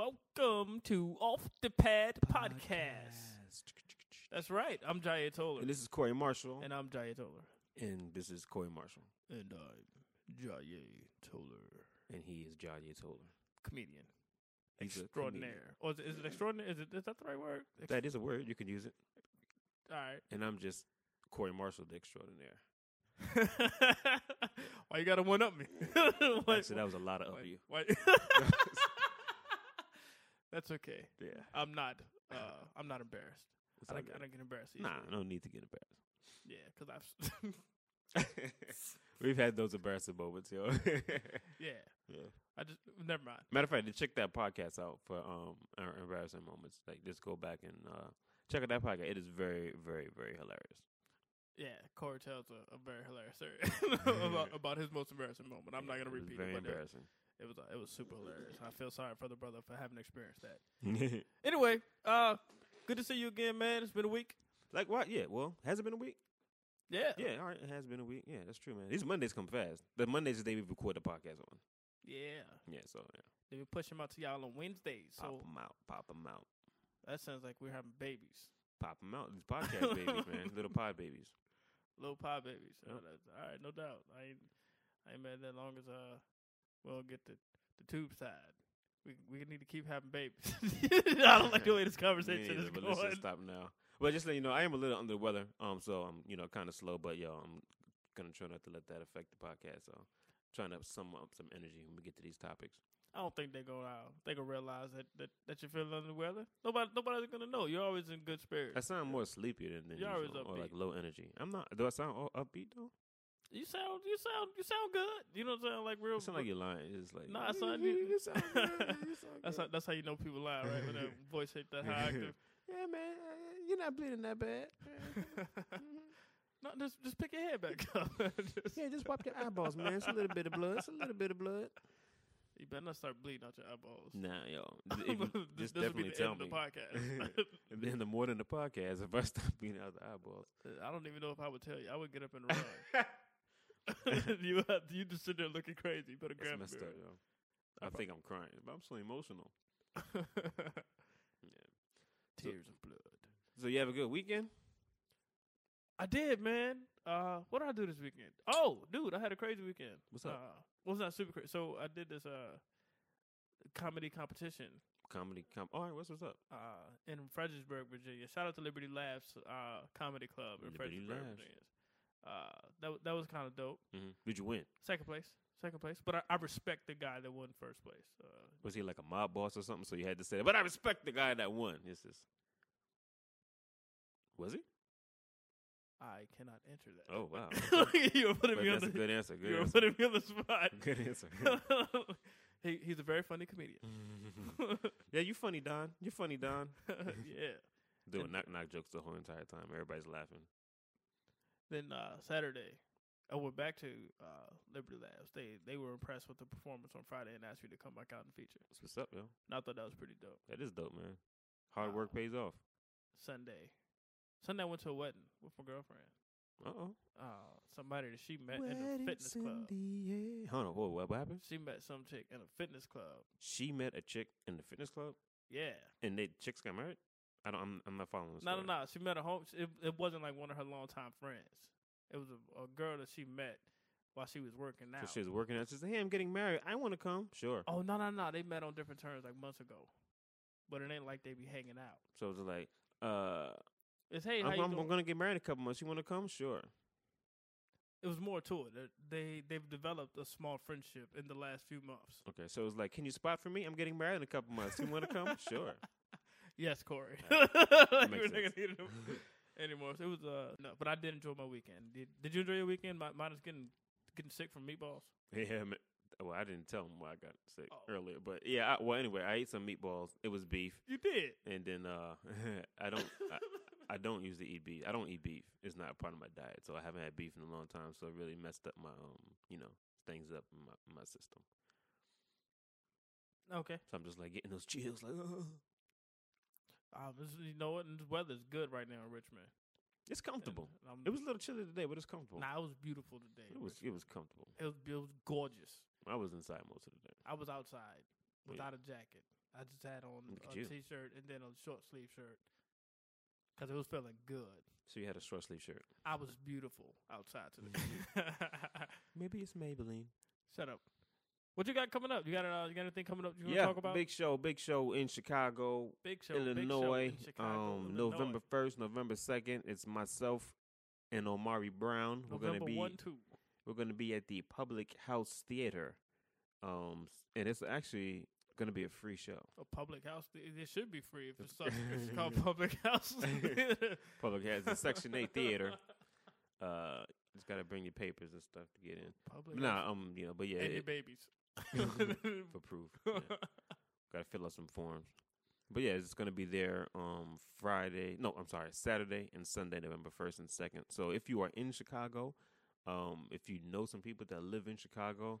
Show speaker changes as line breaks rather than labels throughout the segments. Welcome to Off the Pad Podcast. That's right. I'm Jaya Toller.
And this is Corey Marshall.
And I'm Jaya Toller.
And this is Corey Marshall.
And I'm Jaya Toller.
And he is John Yates Toller.
Comedian.
He's a
extraordinaire. Or is it, is it extraordinary? Is, it, is that the right word? Ex-
That is a word. You can use it.
All right.
And I'm just Corey Marshall, the extraordinaire.
why you gotta one up me? Why-
Actually, that was a lot of up
why-
you.
why- That's okay.
Yeah.
I'm not. Uh, I'm not embarrassed.
It's
I
all
don't, I
good.
don't get embarrassed. Easily.
Nah, no need to get embarrassed.
Yeah, because I've.
We've had those embarrassing moments, yo.
yeah.
Yeah.
I just never mind.
Matter of fact, check that podcast out for um our embarrassing moments. Like, just go back and uh, check out that podcast. It is very, very, very hilarious.
Yeah, Corey tells a, a very hilarious story about, about his most embarrassing moment. I'm not
Yeah,
gonna
it was
repeat it,
Very
but it,
embarrassing.
it was uh, it was super hilarious. I feel sorry for the brother for having experienced that.
like
Anyway, uh, good to see you again, man. It's been a week.
what? Yeah. Well, has it been a week?
Yeah,
Yeah, all right, it has been a week. Yeah, that's true, man. These Mondays come fast. The Mondays is the day we record the podcast on.
yeah.
Yeah, so yeah.
They be pushing out to y'all on Wednesdays, so
pop them out, pop them out,
that sounds like we're having babies,
pop them out. These podcast babies, man, little pod babies.
little pie babies. So
Yep.
that's, all right, no doubt. I ain't, I ain't mad that long as uh, we'll get the the tube side. We we need to keep having babies. I don't like the way this conversation
Yeah,
is
but
going.
let's just stop now. But just let you know, I am a little under the weather, um, so I'm you know kind of slow, but yo, I'm gonna try not to let that affect the podcast. So trying to sum up some energy when we get to these topics.
I don't think they're gonna uh, they gonna realize that, that that you're feeling under the weather. Nobody nobody's gonna know. You're always in good spirits.
I sound more sleepy than, than
You're always
usual, or
upbeat.
like low energy. I'm not. Do I sound all upbeat though?
You sound you sound you sound good. You know what I'm saying? Like real.
It sound like you're lying. It's like
Nah, I sound-
You sound good. You sound
that's
good.
how, that's how you know people lie, right? When their voice ain't that high. active.
Yeah, man, uh, you're not bleeding that bad.
no, just just pick your head back up. Just-
yeah, just wipe your eyeballs, man. It's a little bit of blood. It's a little bit of blood.
You better not start bleeding out your eyeballs.
Nah, yo, if you-
this
just
this would be
definitely
the
tell
end
me.
of the podcast.
And then the more than the podcast, if I stop beating out the eyeballs,
I don't even know if I would tell you. I would get up and run. you have, you just sit there looking crazy. You better
that's
grab a
messed up,
mirror.
yo. I think I'm crying, but I'm so emotional.
Tears of blood.
So you have a good weekend.
I did, man. Uh, what did I do this weekend? Oh, dude, I had a crazy weekend.
What's up?
Uh, well, it's not super crazy. So I did this uh comedy competition
Comedy, com- all right. What's what's up?
uh in Fredericksburg, Virginia. Shout out to Liberty Laughs uh comedy club in
Liberty
Fredericksburg,
Laughs.
Virginia. Uh, that wa- that was kind of dope.
hmm Did you win?
Second place, second place. But I, I respect the guy that won first place. Uh,
Was he like a mob boss or something? So you had to say, that. but I respect the guy that won. This is. Was he?
I cannot answer that.
Oh wow.
you're putting
But
me on
that's a
the
good answer. Good
you're
answer.
putting me on the spot.
Good answer.
he he's a very funny comedian.
yeah, you funny, Don. You funny, Don.
yeah.
Doing knock knock jokes the whole entire time. Everybody's laughing.
Then uh, Saturday, I went back to uh, Liberty Labs. They they were impressed with the performance on Friday and asked me to come back out and feature.
That's what's up, yo.
And I thought that was pretty dope.
That is dope, man. Hard work pays off.
Sunday, Sunday I went to a wedding with my girlfriend.
Uh oh.
Uh, somebody that she met in a fitness club.
Hold on. Whoa, what, what happened?
She met some chick in a fitness club.
She met a chick in the fitness club,
Yeah,
and they chicks got married. I don't. I'm, I'm not following this.
no, no, no. She met a home. It, it wasn't like one of her longtime friends. It was a, a girl that she met while she was working out.
So she was working out. She said, "Hey, I'm getting married. I want to come." Sure.
oh no, no, no. They met on different terms like months ago, but it ain't like they be hanging out.
So it was like, uh,
It's hey, how
I'm,
you
I'm,
doing?
I'm gonna get married in a couple months. You want to come? Sure.
it was more to it. They're- They they've developed a small friendship in the last few months.
Okay. So it was like, "Can you spot for me? I'm getting married in a couple months. You want to come? Sure."
Yes, Corey.
Uh,
Like,
makes
we're not
sense.
gonna need them anymore. So it was uh no, but I did enjoy my weekend. Did, did you enjoy your weekend? Mi- Mine is getting getting sick from meatballs.
Yeah, man. well, I didn't tell him why I got sick
Oh.
earlier, but yeah. I, well, anyway, I ate some meatballs. It was beef,
You did.
and then uh, I don't, I, I don't usually eat beef. I don't eat beef. It's not a part of my diet, so I haven't had beef in a long time. So it really messed up my um, you know, things up in my in my system.
okay.
So I'm just like getting those chills, like oh.
Um, this- you know what? And The weather's good right now in Richmond.
it's comfortable.
And I'm-
It was a little chilly today, but it's comfortable.
Nah, it was beautiful today.
It was it was comfortable.
It was, it was gorgeous.
I was inside most of the day.
I was outside
Yeah.
without a jacket. I just had on
Look
a
at you.
t-shirt and then a short sleeve shirt because it was feeling good.
So you had a short sleeve shirt.
I was beautiful outside today.
Maybe it's Maybelline.
Shut up. What you got coming up? You got uh, you got anything coming up you want to
yeah,
talk about?
big show, big show in Chicago,
Big show,
Illinois.
big show in Chicago,
um,
Illinois.
November first, November second. It's myself and Omari Brown. we're
November
gonna be
one, two.
we're gonna be at the Public House Theater, um, s- and it's actually gonna be a free show.
A public house. It it should be free if it's, such, if it's called public house. theater.
Public House, it's a Section Eight Theater. Uh, just gotta bring your papers and stuff to get in.
Public house.
Nah, um, you know, but yeah,
and your
it,
babies.
for proof. yeah. Gotta fill out some forms. But yeah, it's gonna be there um Friday. No, I'm sorry, Saturday and Sunday, November first and second. So if you are in Chicago, um, if you know some people that live in Chicago,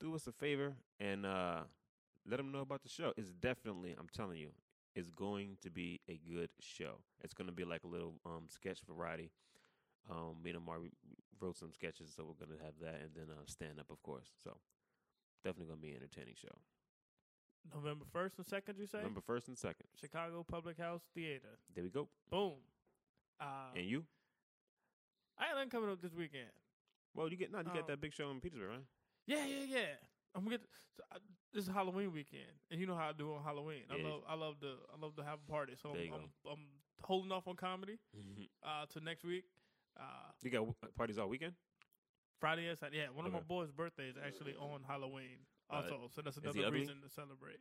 do us a favor and uh let them know about the show. It's definitely, I'm telling you, it's going to be a good show. It's gonna be like a little um sketch variety. Um, me and Amari we wrote some sketches, so we're gonna have that, and then uh, stand up, of course. So definitely gonna be an entertaining show.
November first and second. You say
November first and second.
Chicago Public House Theater.
There we go.
Boom. Uh,
and you?
I had nothing coming up this weekend.
Well, you get no, you
um,
got that big show in Petersburg, right?
Yeah, yeah, yeah. I'm gonna get so I, this is Halloween weekend, and you know how I do on Halloween. I
Yeah.
love, I love the, I love to have a party. So
There
I'm,
you
I'm, I'm holding off on comedy
mm-hmm.
uh, to next week. Uh,
you got w- parties all weekend.
Friday and Saturday. Yeah, one of my
Okay.
boys' birthdays actually on Halloween.
Uh,
Also, so that's
is he
another
ugly?
reason to celebrate.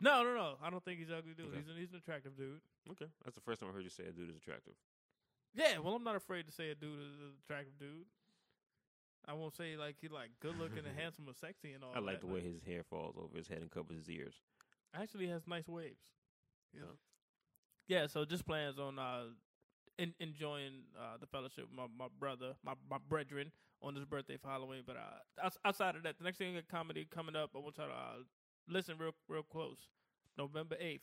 No, no, no. I don't think he's an ugly dude.
Okay.
He's an, he's an attractive dude.
Okay, that's the first time I heard you say a dude is attractive.
Yeah, well, I'm not afraid to say a dude is an attractive dude. I won't say like he like good looking and handsome or sexy and all.
I like
that.
the way his hair falls over his head and covers his ears.
actually has nice waves. Yeah.
Yeah.
Yeah, so just plans on uh en- enjoying uh the fellowship with my, my brother, my my brethren on his birthday for Halloween, but uh outs- outside of that, the next thing I got comedy coming up, I want y'all to uh, listen real real close. November 8th.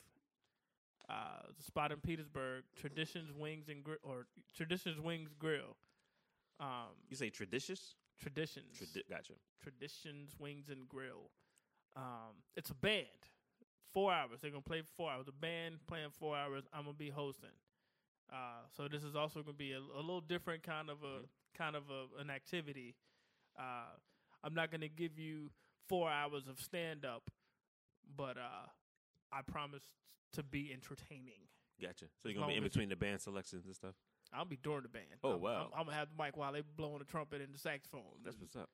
Uh the spot in Petersburg, Traditions Wings and Grill or Traditions Wings Grill. Um
You say traditious?
Traditions
Tradi- gotcha.
Traditions Wings and Grill. Um, it's a band. Four hours. They're gonna play for four hours. The band playing four hours. I'm gonna be hosting. Uh, so this is also gonna be a, a little different kind of a
Mm-hmm.
kind of a, an activity. Uh, I'm not gonna give you four hours of stand up, but uh, I promise to be entertaining.
Gotcha. So you're
As
gonna be
long
in
as-
between the band selections and stuff.
I'll be during the band.
Oh,
I'm-
wow.
I'm, I'm gonna have the mic while they blowing the trumpet and the saxophone.
That's what's up.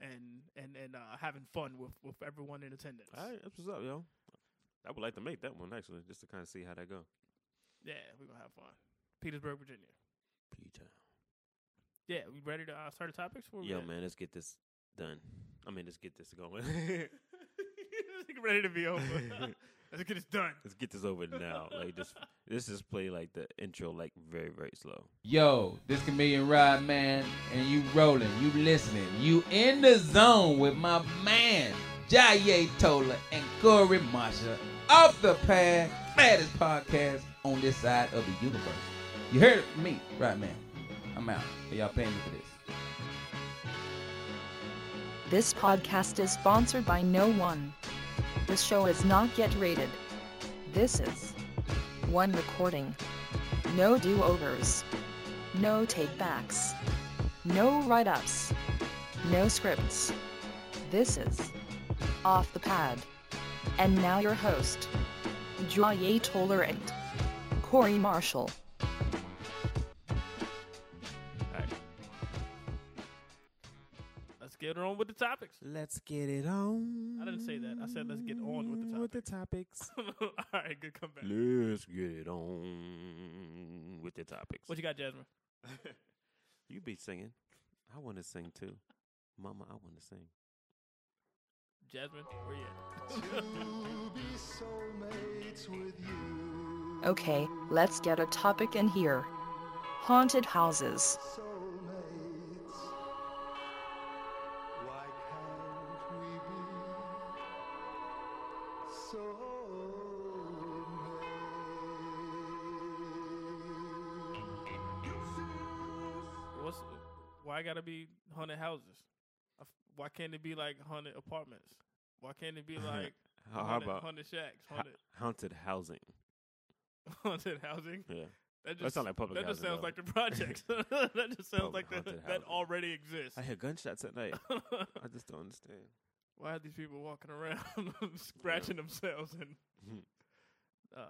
and and and uh, having fun with with everyone in attendance.
All right, that's what's up, yo. I would like to make that one actually, just to kind of see how that go.
Yeah, we're gonna have fun. Petersburg, Virginia.
Peter.
Yeah, we ready to uh, start the topics? Where we
Yo,
at?
man, let's get this done. I mean, let's get this going.
ready to be over. Let's get this done.
let's get this over now. Like just, let's just play like the intro, like very, very slow.
Yo, this comedian Rod Man, and you rolling, you listening, you in the zone with my man Jaye Tola and Corey Marsha off the pad, baddest podcast on this side of the universe. You heard it from me, Rod Man. I'm out. Are y'all paying me for this?
This podcast is sponsored by no one. This show is not yet rated. This is one recording. No do overs. No take backs. No write ups. No scripts. This is Off the Pad. And now your host, Joye Tolerant, Corey Marshall.
All right.
Let's get on with the topics.
Let's get it on.
I didn't say that. I said let's get on with the
topics.
All right, good comeback.
let's get it on with the topics.
What you got, Jasmine?
you be singing. I want to sing too. Mama, I want to sing.
Jasmine, where you at?
Okay, let's get a topic in here. Haunted houses.
What's why gotta be haunted houses? I f- Why can't it be like haunted apartments? Why can't it be like
How, how
haunted,
about
haunted shacks,
ha-
haunted,
haunted housing?
haunted housing?
Yeah.
That
That
just
sound like public
that just
housing,
sounds
though.
like the projects. that just sounds
Public
like the,
haunted
that
housing.
already exists.
I hear gunshots at night. I just don't understand.
Why are these people walking around scratching themselves and
Mm-hmm.
uh,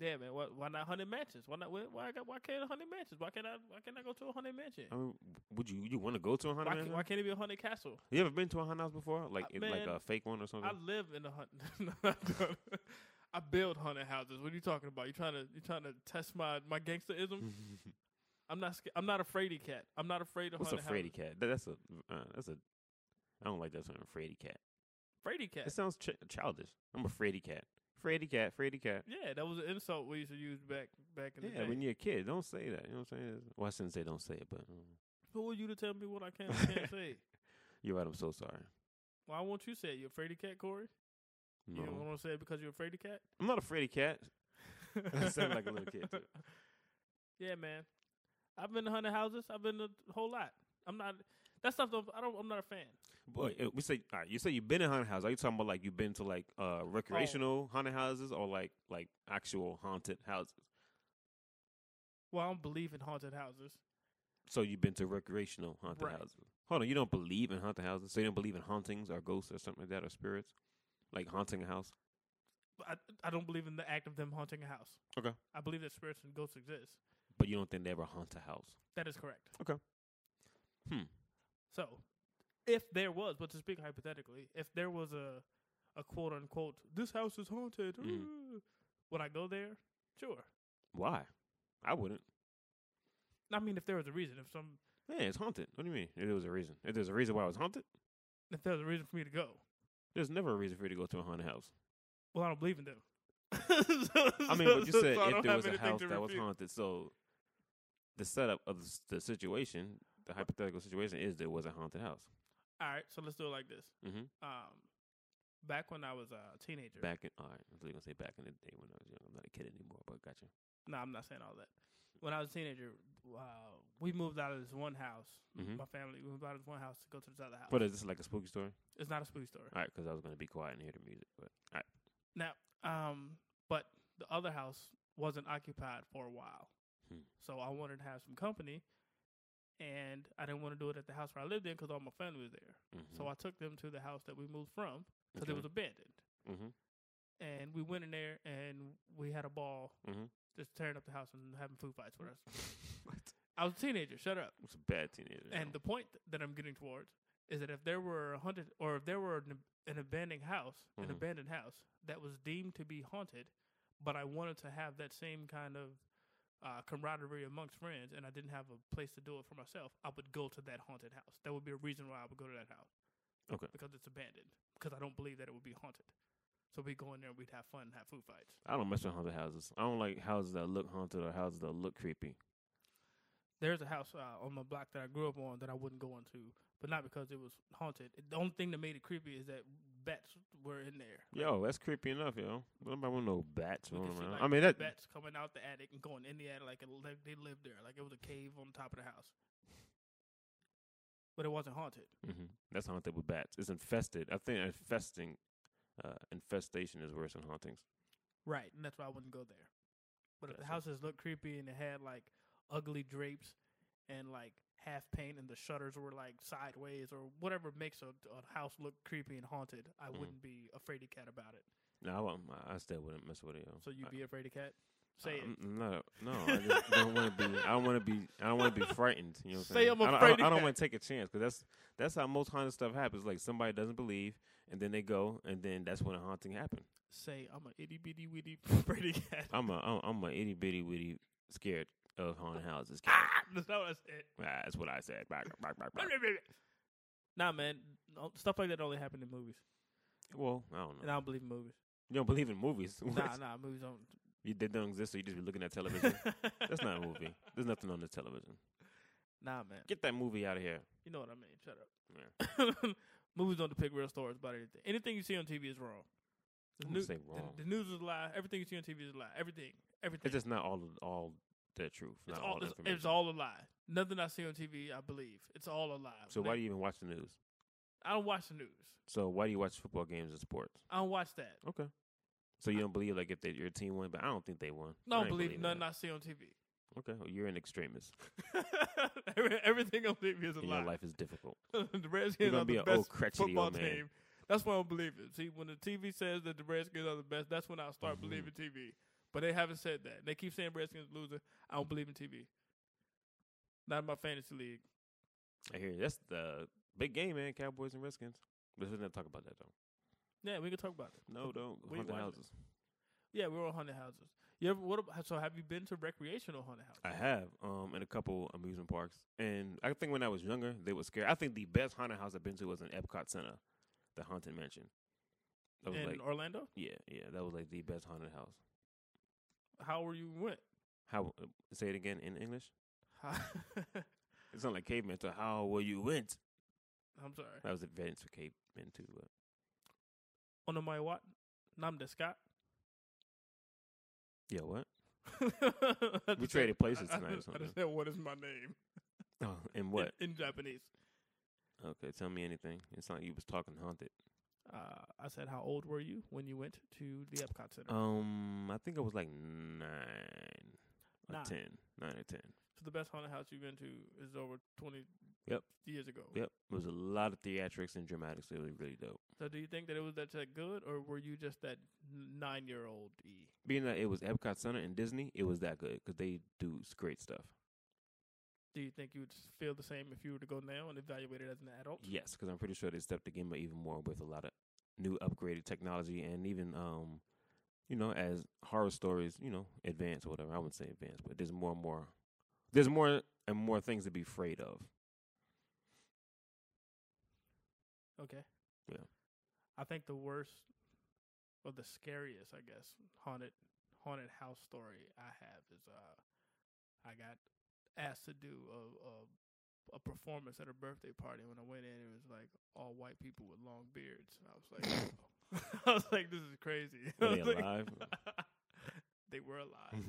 yeah, man. Why, why not hundred mansions? Why not? Why, why I got? Why can't hundred mansions? Why can't I? Why can't I go to a hundred mansion?
I mean, would you you want to go to a
Why,
haunted
can't,
mansion?
why can't it be a haunted castle?
You ever been to a haunted house before? Like it, like
man,
a fake one or something?
I live in a hundred. I build haunted houses. What are you talking about? You trying to you trying to test my my gangsterism?
Mm.
I'm not sca- I'm not afraid of cat. I'm not afraid of
What's a
haunted
fraidy cat? That, that's a uh, that's a. I don't like that term, fraidy cat.
houses. Fraidy cat.
It sounds ch- childish. I'm a fraidy cat. Fraidy cat. Fraidy cat.
Yeah, that was an insult we used to use back back in the
Yeah,
day.
when you're a kid, don't say that. You know what I'm saying? Well, I shouldn't say don't say it, but mm.
Who are you to tell me what I can and can't say?
you're right. I'm so sorry.
Why won't you say it? You afraid of cat, Corey?
No,
You don't want to say it because you're afraid of cat?
I'm not a fraidy cat. I sound like a little kid, too.
Yeah, man. I've been to haunted houses. I've been to a whole lot. I'm not. That stuff. Don't, I don't. I'm not a fan.
Boy, uh, we say all right, you say you've been in haunted house. Are you talking about like you've been to like uh recreational haunted houses or like like actual haunted houses?
Well, I don't believe in haunted houses.
So you've been to recreational haunted
Right.
houses. Hold on, you don't believe in haunted houses, so you don't believe in hauntings or ghosts or something like that or spirits, like haunting a house.
But I, I don't believe in the act of them haunting a house.
Okay.
I believe that spirits and ghosts exist.
But you don't think they ever haunt a house.
That is correct.
Hmm.
So, if there was, but to speak hypothetically, if there was a a quote unquote, this house is haunted,
Mhm.
ooh," would I go there? Sure.
Why? I wouldn't.
I mean, if there was a reason, if some,
Yeah, it's haunted. What do you mean? If there was a reason. If there's a reason why it was haunted,
if there was a reason for me to go,
there's never a reason for you to go to a haunted house.
well, I don't believe in them.
I mean, but you said if there was a house that was
haunted.
haunted, so the setup of the, s- the situation, the hypothetical situation, is there was a haunted house.
All right, so let's do it like this.
Mm-hmm.
Um, back when I was a teenager.
Back in all right, I was gonna say back in the day when I was young. I'm not a kid anymore, but gotcha.
No, I'm not saying all that. When I was a teenager, uh, we moved out of this one house.
Mhm.
My family we moved out of this one house to go to this other house.
But is this like a spooky story?
it's not a spooky story.
All right, because I was gonna be quiet and hear the music, but all right.
Now, um, but the other house wasn't occupied for a while,
Hmm.
so I wanted to have some company, and I didn't want to do it at the house where I lived in because all my family was there.
Mm-hmm. Hmm.
So I took them to the house that we moved from because it was abandoned,
mm-hmm.
and we went in there and we had a ball,
Mhm.
just tearing up the house and having food fights
Hmm.
with us.
what?
I was a teenager. Shut up.
It's a bad teenager.
And the point that I'm getting towards is that if there were a hundred, or if there were an, an abandoned house,
Mhm.
an abandoned house that was deemed to be haunted, but I wanted to have that same kind of uh, camaraderie amongst friends, and I didn't have a place to do it for myself, I would go to that haunted house. That would be a reason why I would go to that house.
Okay.
Because it's abandoned. Because I don't believe that it would be haunted. So we'd go in there and we'd have fun and have food fights.
I don't mess with haunted houses. I don't like houses that look haunted or houses that look creepy.
there's a house uh, on my block that I grew up on that I wouldn't go into, but not because it was haunted. The only thing that made it creepy is that bats were in there.
Yo, that's creepy enough, yo. Nobody want no bats
We
rolling
could see,
around.
like,
I mean that
bats coming out the attic and going in the attic like, it, like they lived there, like it was a cave on top of the house. But it wasn't haunted.
hmm That's haunted with bats. It's infested. I think infesting, uh, infestation is worse than hauntings.
Right, and that's why I wouldn't go there. But if the
Gotcha.
houses looked creepy and it had like ugly drapes and like half paint and the shutters were like sideways or whatever makes a, a house look creepy and haunted, I
Mhm.
wouldn't be afraid of cat about it.
No, I, won't, I still wouldn't mess with it. Yo.
So you'd
I-
be afraid of cat? Say it.
I'm not- no, I just don't want to be. I don't want to be. I don't want to be frightened. You know, what I'm
Say
saying?
I'm
I don't- I
afraid
don't,
of
I don't
that.
want to take a chance because that's that's how most haunted stuff happens. Like somebody doesn't believe, and then they go, and then that's when a haunting happened.
Say I'm a itty bitty witty pretty cat.
I'm a I'm, I'm a itty bitty witty scared of haunted houses. kid.
Ah, that's not what I said.
Ah, that's what I said. Bah, bah, bah, bah.
Nah, man, no, stuff like that only happen in movies,
Well, I don't
and
know.
I don't believe in movies.
You don't believe in movies.
nah, nah, movies don't.
You, they don't exist, so you just be looking at television. That's not a movie. There's nothing on the television.
Nah, man,
Get that movie out of here.
you know what I mean. Shut up. movies don't depict real stories about anything. Anything you see on TV is wrong.
I
The,
wouldn't
new-
say
the-
wrong.
the news is a lie. Everything you see on TV is a lie. Everything, everything.
It's just not all all the truth.
It's
not
all,
the
it's,
information.
it's all a lie. Nothing I see on TV, I believe. It's all a lie.
So why do you even watch the news?
I don't watch the news.
So why do you watch football games and sports?
I don't watch that.
Okay. So you don't believe like if they, your team won, but I don't think they won.
I don't
ain't
believe nothing
that.
I see on TV.
Okay, well, you're an extremist.
Every- Everything on TV is a
And
lie.
your life is difficult.
the
You're
Redskins
gonna
are
be
the
an
best
old crotchety
football
old man.
team. That's why I don't believe it. See, when the TV says that the Redskins are the best, that's when I start
Mm-hmm.
believing TV. But they haven't said that. They keep saying Redskins loser. I don't believe in TV. Not in my fantasy league.
I hear you. that's the big game, man. Cowboys and Redskins. Let's not talk about that though.
Yeah, we can talk about it.
No, don't.
We
Haunted
watch it.
houses.
Yeah, we're on haunted houses. You ever, what about, so have you been to recreational haunted houses?
I have um in a couple amusement parks, and I think when I was younger, they were scared. I think the best haunted house I've been to was in Epcot Center, the Haunted Mansion. That was
in
like,
Orlando?
yeah, yeah, that was like the best haunted house.
How were you went?
How uh, say it again in English?
How-
It's not like caveman. So how were you went?
I'm sorry.
That was advanced for cavemen too. But
On my what? Nam de Scott.
yeah, what?
I
We
just
traded
said-
places
I- I
tonight or
just- I
something.
just said, what is my name?
Oh, and what?
In, in Japanese.
Okay, tell me anything. It's not you was talking haunted.
Uh, I said, how old were you when you went to the Epcot Center?
Um, I think I was like nine or
Nine.
ten, nine or ten.
so the best haunted house you've been to is over 20
Yep.
years ago.
Yep, it was a lot of theatrics and dramatics. It was really dope.
So do you think that it was that, that good, or were you just that nine-year-old E?
Being that it was Epcot Center and Disney, it was that good because they do s- great stuff.
Do you think you would s- feel the same if you were to go now and evaluate it as an adult?
Yes, because I'm pretty sure they stepped the game up even more with a lot of new upgraded technology and even um, you know, as horror stories, you know, advance or whatever. I wouldn't say advance, but there's more and more. There's more and more things to be afraid of.
Okay.
Yeah.
I think the worst or the scariest, I guess, haunted haunted house story I have is uh I got asked to do a a, a performance at a birthday party when I went in it was like all white people with long beards. And I was like I was like, this is crazy. I
Were they
was like-
alive?
they were alive.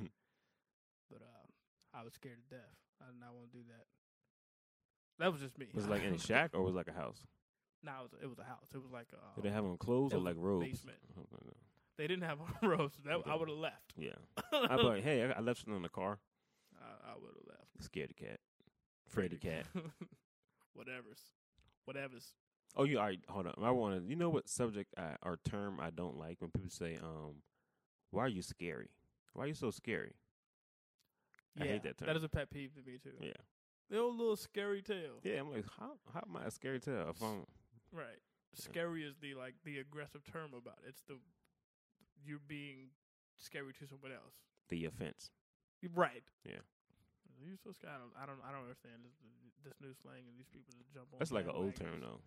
But uh, I was scared to death. I did not want to do that. That was just me.
was it like in a shack or was it like a house?
No, it was, it was a house. It was like a.
Did they have them clothes
it
or
was
like
a
robes?
basement.
Oh, no, no.
They didn't have a roast. That
They
I
didn't.
would have left.
Yeah, I but hey, I, I left something in the car.
I, I would have left.
Scared the cat, afraid the cat.
Whatever's. Whatever's.
Oh, you all right? Hold on. I want to. You know what subject I, or term I don't like when people say, "Um, why are you scary? Why are you so scary?" I hate that term.
That is a pet peeve to me too.
Yeah,
The old little scary tale.
yeah. I'm like, how how am I a scary tell? If I'm
Right. Scary is the like the aggressive term about it. It's the you're being scary to someone else.
the offense,
Right.
Yeah.
You so scared? I don't. I don't. I don't understand this, this new slang and these people that jump on.
that's like an old
bandwagons.
term though.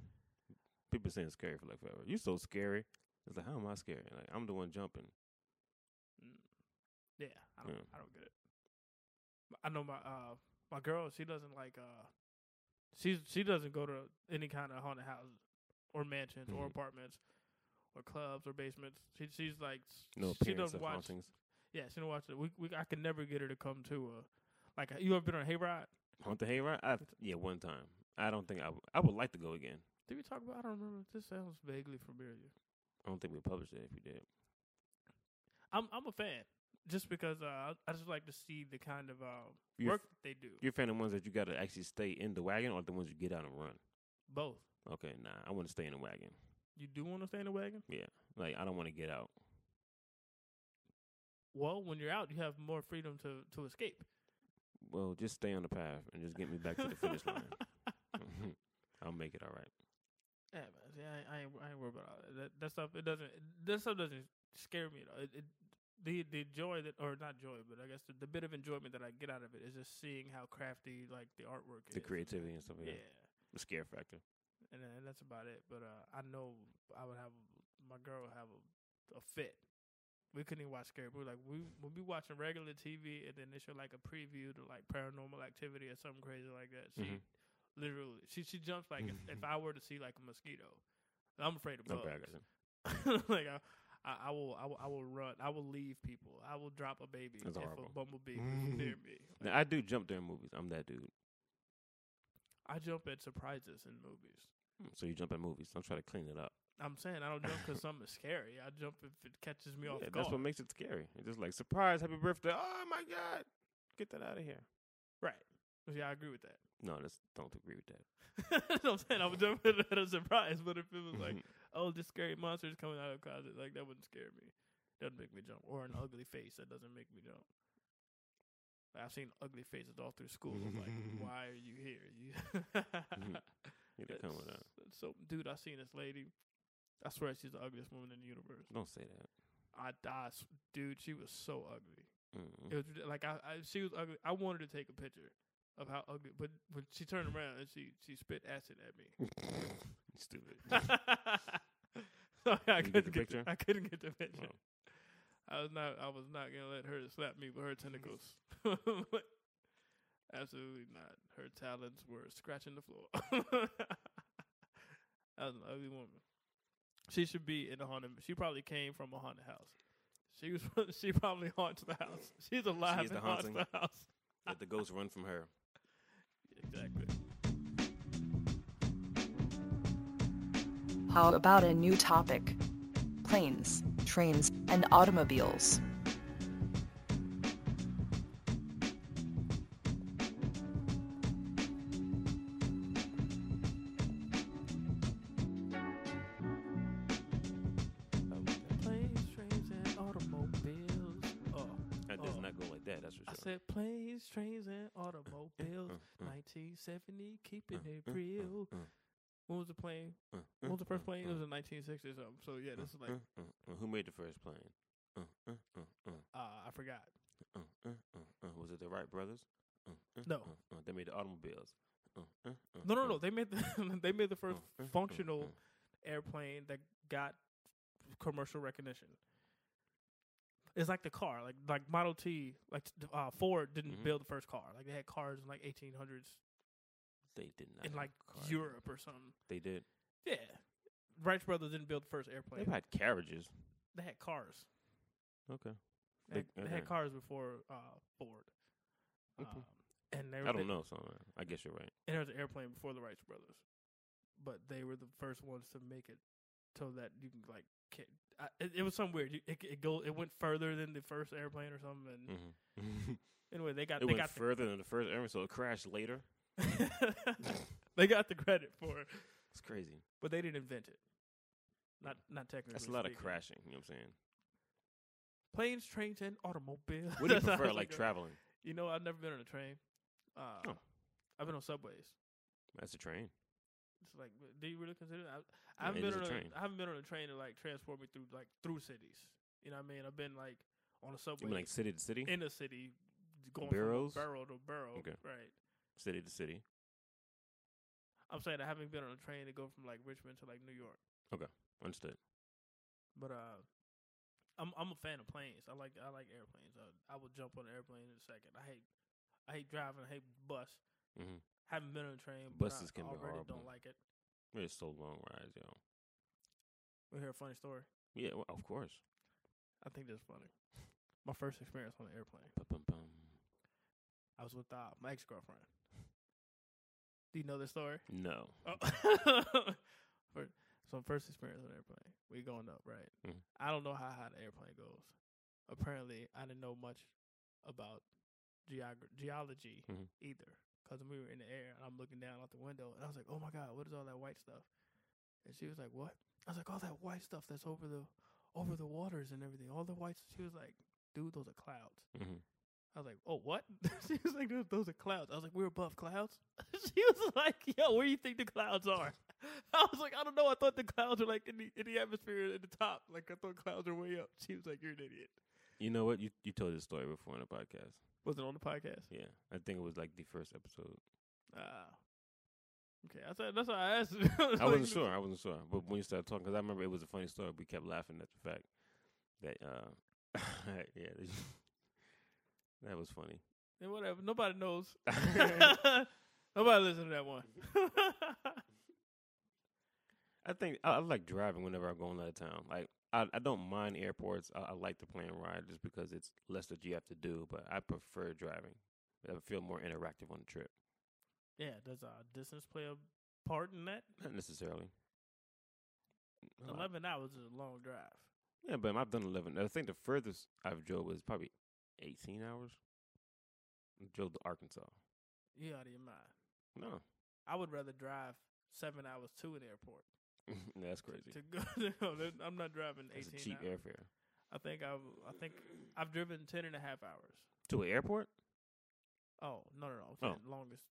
People saying scary for like forever. You so scary. It's like, how am I scary? Like I'm the one jumping.
Mm. Yeah, I don't.
Yeah.
I don't get it. M- I know my uh my girl. She doesn't like uh she's she doesn't go to any kind of haunted houses or mansions or
Mhm.
apartments or clubs or basements. She she's like s-
No
she
appearance
doesn't
of
watch.
hauntings.
Yeah, she don't watch it. We we I could never get her to come to a like you ever been on a hayride?
Haunt the hayride? I yeah, one time. I don't think I. w- I would like to go again.
Did we talk about? I don't remember. This sounds vaguely familiar.
I don't think we published it if we did.
I'm I'm a fan just because uh, I just like to see the kind of uh,
You're
work that they do.
You're a fan of ones that you got to actually stay in the wagon, or the ones you get out and run.
Both.
Okay, nah, I want to stay in the wagon.
You do want to stay in the wagon?
Like I don't want to get out.
Well, when you're out, you have more freedom to to escape.
Well, just stay on the path and just get me back to the finish line. I'll make it all right.
Yeah, man. See, I, I ain't I ain't worried about all that. that. That stuff it doesn't that stuff doesn't scare me. At all. It, it, the the joy that or not joy, but I guess the, the bit of enjoyment that I get out of it is just seeing how crafty like the artwork is.
The creativity and stuff.
Yeah.
Yeah, the scare factor.
And, then that's about it. But uh, I know I would have my girl would have a, a fit. We couldn't even watch scary. We were like we we'll be watching regular TV, and then they show like a preview to like Paranormal Activity or something crazy like that. She
Mhm.
literally she she jumps like if, if I were to see like a mosquito, I'm afraid of bugs.
Okay, I got you.
like I, I, I will I will I will run. I will leave people. I will drop a baby
That's
if
horrible.
a bumblebee is near me. Like,
Now I do jump during movies. I'm that dude.
I jump at surprises in movies.
So you jump at movies. Don't try to clean it up.
I'm saying I don't jump because something's scary. I jump if it catches me off
Yeah,
guard.
that's what makes it scary. It's just like surprise, happy birthday. Oh my god, get that out of here.
right. Yeah, I agree with that.
No, that's don't agree with that.
that's what I'm saying. I would jump at a surprise, but if it was like, oh, this scary monster is coming out of the closet, like that wouldn't scare me. Doesn't make me jump. Or an ugly face that doesn't make me jump. Like, I've seen ugly faces all through school. I'm like, why are you here? You
you didn't come with that.
That's So, dude, I seen this lady. I swear she's the ugliest woman in the universe.
Don't say that.
I, I s- dude, she was so ugly.
Mm-mm.
It was rid- like I, I, she was ugly. I wanted to take a picture of how ugly, but when she turned around and she she spit acid at me.
Stupid.
so I
Did
couldn't
you get
get
the
the
picture?
I couldn't get the picture.
Oh.
I was not. I was not gonna let her slap me with her tentacles. Absolutely not. Her talons were scratching the floor. that was an ugly woman. She should be in the haunted. She probably came from a haunted house. She was. She probably haunts the house. She's alive
is the
and haunts
haunting.
the house.
Let the ghost run from her.
Exactly.
How about a new topic? Planes, trains, and automobiles.
Planes, trains, and automobiles. Oh,
That does
Oh.
not go like that. That's for
I
sure.
said planes, trains, and automobiles.
uh, uh,
1970, keeping
uh,
it
uh, uh,
real.
uh,
When was the plane?
uh,
When
uh,
was the first
uh,
plane? It
uh,
was in 1960 or something. So yeah, this is like
uh, uh, uh, who made the first plane? Uh, uh, uh, uh,
uh, I forgot.
uh, uh, uh, uh. Was it the Wright brothers? Uh, uh,
No.
uh, uh, they made the automobiles. Uh, uh, uh,
No, no,
uh,
no. They made the they made the first
uh, uh, uh,
functional
uh.
airplane that got commercial recognition. It's like the car, like like Model T, like t- uh, Ford didn't
Mhm.
build the first car. Like they had cars in like 1800s
They did not.
in
have
like
cars.
Europe or something.
They did.
Yeah, Wright brothers didn't build the first airplane.
They've had carriages.
they had cars.
Okay.
They,
They-
they
okay.
had cars before uh, Ford.
Okay.
Um, and there,
I don't know, so uh, I guess you're right.
And there was an airplane before the Wright brothers, but they were the first ones to make it so that you can like. Can, I, it, it was something weird. You- It, it go. It went further than the first airplane or something. And
Mm-hmm.
anyway, they got they
it went
got
further than the first airplane, so it crashed later.
the, they got the credit for it,
It's crazy.
but they didn't invent it. Not not technically.
That's a lot of
speaking.
crashing. You know what I'm saying?
Planes, trains, and automobiles.
What do you
That's how I
prefer,
was
like
uh,
traveling?
You know, I've never been on a train. Uh,
Oh.
I've been on subways.
That's a train.
It's like, w- do you really consider? That? I, I
Yeah,
haven't
it
been
is
on
a
a,
train.
I haven't been on a train to like transport me through like through cities. You know what I mean? I've been like on a
You
subway
mean like city to city?
in a city, going
Boroughs?
from borough to borough.
Okay.
Right.
City to city.
I'm saying I haven't been on a train to go from like Richmond to like New York.
Understood.
But uh, I'm I'm a fan of planes. I like I like airplanes. I, I will jump on an airplane in a second. I hate I hate driving. I hate bus.
Mhm.
Haven't been on a train. but
Buses
I
can be
already
horrible.
Don't like it.
It's so long rides, yo.
We hear a funny story.
Yeah, well, of course.
I think that's funny. My first experience on an airplane.
Bum, bum, bum.
I was with uh, my ex girlfriend. Do you know this story?
No.
Oh. Fir- so first experience on an airplane. We going up, right?
Mhm.
I don't know how high the airplane goes. Apparently, I didn't know much about geog- geology
Mhm.
either. 'Cause we were in the air and I'm looking down out the window and I was like, "Oh my god, what is all that white stuff?" And she was like, "What?" I was like, "All that white stuff that's over the over the waters and everything. All the white." She was like, "Dude, those are clouds."
Mm-hmm.
I was like, "Oh, what?" she was like, "Those, those are clouds." I was like, "We're above clouds." she was like, "Yo, where do you think the clouds are?" I was like, "I don't know. I thought the clouds were like in the in the atmosphere at the top. Like I thought clouds were way up." She was like, "You're an idiot."
You know what? You you told this story before on a podcast.
Was it on the podcast?
Yeah, I think it was like the first episode.
Ah, okay. I said that's how I asked. I, was
I
like,
wasn't sure. I wasn't sure. But when you started talking, because I remember it was a funny story. We kept laughing at the fact that, uh, yeah, that was funny.
And whatever. Nobody knows. Nobody listened to that one.
I think I, I like driving whenever I go out of town. Like I, I don't mind airports. I, I like the plane ride just because it's less that you have to do. But I prefer driving. I feel more interactive on the trip.
yeah, does uh, distance play a part in that?
Not necessarily. A lot.
Eleven hours is a long drive.
Yeah, but I've done eleven. I think the furthest I've drove was probably eighteen hours. I drove to Arkansas.
You out of your mind.
No,
I would rather drive seven hours to an airport.
that's
to-
crazy.
To go, no, that- I'm not driving
That's a
eighteen.
cheap
hours.
airfare
I think I've I think I've driven ten and a half hours.
to an airport.
Oh no no no! I'm
Oh.
saying longest.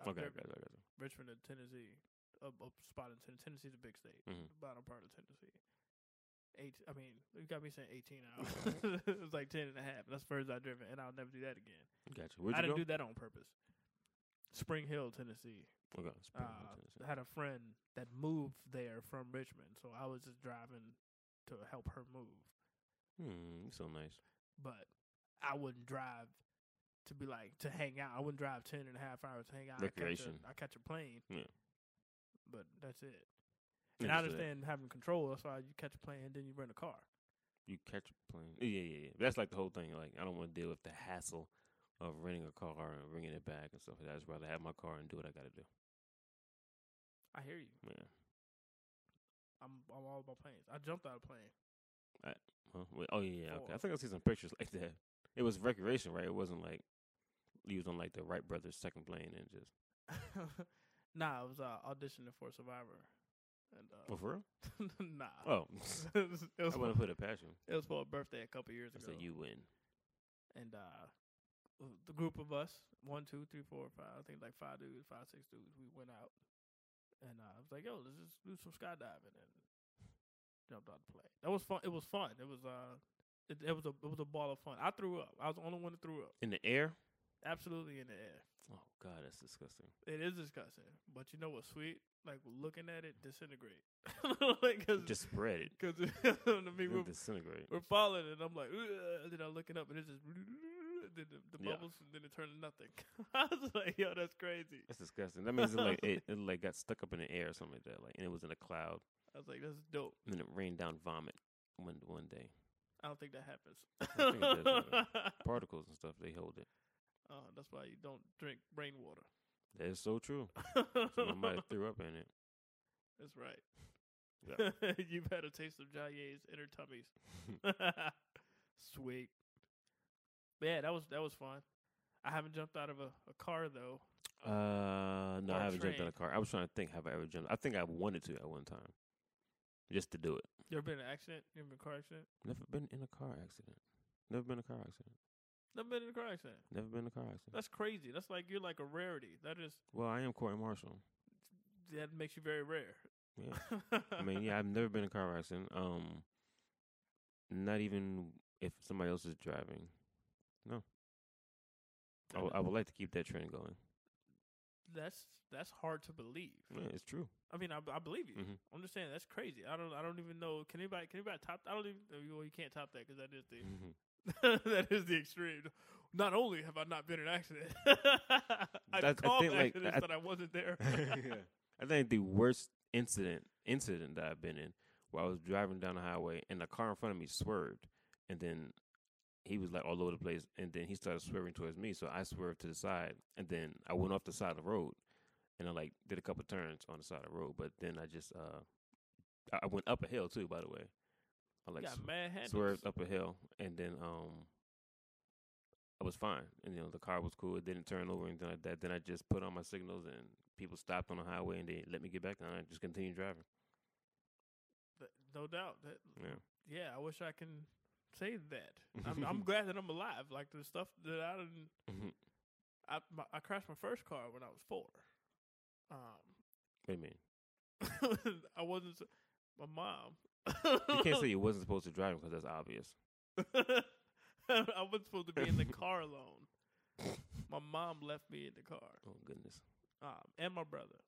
I've
Okay,
driven
okay, okay, okay.
Richmond to Tennessee, a, a spot in Tennessee. Tennessee's a big state,
Mhm.
the bottom part of Tennessee. Eight. I mean, you got me saying eighteen hours. it was like ten and a half. That's the first I've driven, and I'll never do that again.
Gotcha. Where'd
I
you
didn't
go?
do that on purpose. Spring Hill, Tennessee.
Okay,
Uh,
Springfield, Tennessee.
I had a friend that moved there from Richmond, so I was just driving to help her move.
Hmm, so nice.
But I wouldn't drive to be like to hang out. I wouldn't drive ten and a half hours to hang out.
Recreation.
I catch a, I catch a plane.
Yeah.
But that's it. And I
Understood.
understand having control. That's why you catch a plane and then you rent a car.
You catch a plane. Yeah, yeah, yeah. That's like the whole thing. Like I don't want to deal with the hassle of renting a car and bringing it back and stuff like that. I just rather have my car and do what I got to do.
I hear you.
Yeah.
I'm I'm all about planes. I jumped out of plane.
Huh? Wait, oh yeah, yeah, okay. I
Four.
think I see some pictures like that. It was recreation, right? It wasn't like he was on like the Wright brothers' second plane and just.
nah, I was uh, auditioning for Survivor. And uh,
Oh, for real?
nah.
Oh,
it was, it was for,
I wouldn't put it past you.
it was for a birthday a couple years
I
ago.
said you win.
And uh, w- the group of us, one, two, three, four, five, I think like five dudes, five, six dudes, we went out. And uh, I was like, yo, let's just do some skydiving and jumped out the plane. That was fun. It was fun. It was uh, it, it was a it was a ball of fun. I threw up. I was the only one that threw up.
In the air?
Absolutely in the air.
Oh God, that's disgusting.
It is disgusting, but you know what's sweet? Like looking at it disintegrate. like, cause,
Just spread it.
cause to me, we're,
It'll disintegrate.
we're falling, and I'm like, "Ugh," and then I'm looking up, and it's just then the, the
Yeah.
bubbles, and then it turned to nothing. I was like, yo, that's crazy.
That's disgusting. That means it like it, it like got stuck up in the air or something like that. Like and it was in a cloud.
I was like, that's dope.
And then it rained down vomit one one day.
I don't think that happens.
think it does, Particles and stuff they hold it.
oh, that's why you don't drink rainwater.
That is so true. Someone might have
that's
threw up in it.
right.
Yeah.
You've had a taste of Jaye's inner tummies. Sweet. But yeah, that was that was fun. I haven't jumped out of a, a car though.
Uh, no,
Or
I
a
haven't jumped out
train.
of a car. I was trying to think, have I ever jumped? I think I wanted to at one time, just to do it.
You ever been in an accident? You ever been in a car accident?
Never been in a car accident. Never been in a car accident.
Never been in a car accident.
Never been in a car accident.
That's crazy. That's like you're like a rarity. That is
well, I am Corey Marshall.
that makes you very rare.
Yeah. I mean, yeah, I've never been in a car accident. Um, not even if somebody else is driving. No. I w- I would like to keep that trend going.
that's that's hard to believe.
Yeah, it's true.
I mean, I, I believe you.
Mhm.
I'm just saying that's crazy. I don't I don't even know. Can anybody can anybody top? I don't even. oh, Well, you can't top that because that is the
Mm-hmm.
that is the extreme. Not only have I not been in an accident, I
That's- I
caused
think, like,
accidents
I-
that I wasn't there.
I think the worst incident incident that I've been in, where I was driving down the highway and the car in front of me swerved, and then he was like all over the place, and then he started swerving towards me, so I swerved to the side, and then I went off the side of the road, and I like did a couple turns on the side of the road, but then I just uh, I- I went up a hill too, by the way. I
You
like
got mad handles.
swerved up a hill, and then um, I was fine. And you know, the car was cool. It didn't turn over or anything like that. Then I just put on my signals, and people stopped on the highway, and they let me get back, and I just continued driving.
Th- No doubt. That,
Yeah,
yeah, I wish I can say that. I'm, I'm glad that I'm alive. Like the stuff that I didn't.
Mhm.
I my, I crashed my first car when I was four. Um,
what do you mean?
I wasn't. s- My mom.
You can't say you wasn't supposed to drive because that's obvious.
I wasn't supposed to be in the car alone. My mom left me in the car,
Oh goodness.
um, and my brother.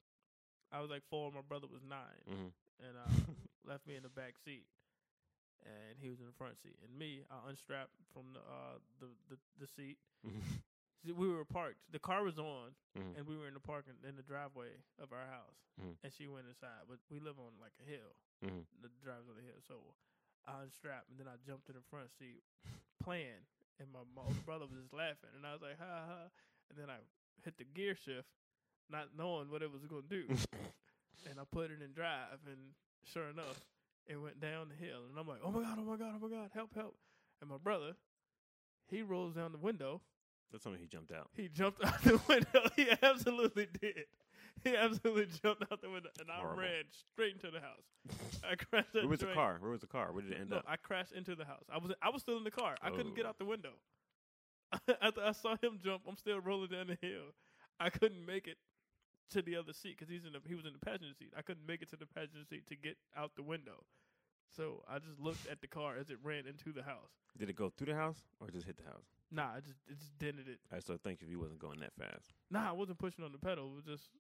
I was like four. My brother was nine.
hmm
and uh, left me in the back seat, and he was in the front seat, and me, I unstrapped from the uh, the, the the seat.
Mm-hmm.
See, We were parked. The car was on,
Mhm.
and we were in the parking in the driveway of our house.
Mhm.
And she went inside, but we live on like a hill.
Mhm.
The drive's on the hill, so I unstrapped, and then I jumped in the front seat, playing, and my, my older brother was just laughing, and I was like,
Mm-hmm.
ha ha, and then I hit the gear shift, not knowing what it was gonna do. and I put it in drive, and sure enough, it went down the hill. And I'm like, oh my god, oh my god, oh my god, help, help! And my brother, he rolls down the window.
That's when he jumped out.
He jumped out the window. He absolutely did. He absolutely jumped out the window, and
Horrible.
I ran straight into the house. I crashed. that
Where was the
joint.
car? Where was the car? Where did it end
No,
up?
I crashed into the house. I was I was still in the car. I couldn't get
Oh.
out the window. After I saw him jump, I'm still rolling down the hill. I couldn't make it to the other seat because he's in the, he was in the passenger seat. I couldn't make it to the passenger seat to get out the window. So I just looked at the car as it ran into the house.
Did it go through the house or just hit the house?
Nah, I just it just dented it.
I so thank you. You wasn't going that fast.
Nah, I wasn't pushing on the pedal. It was just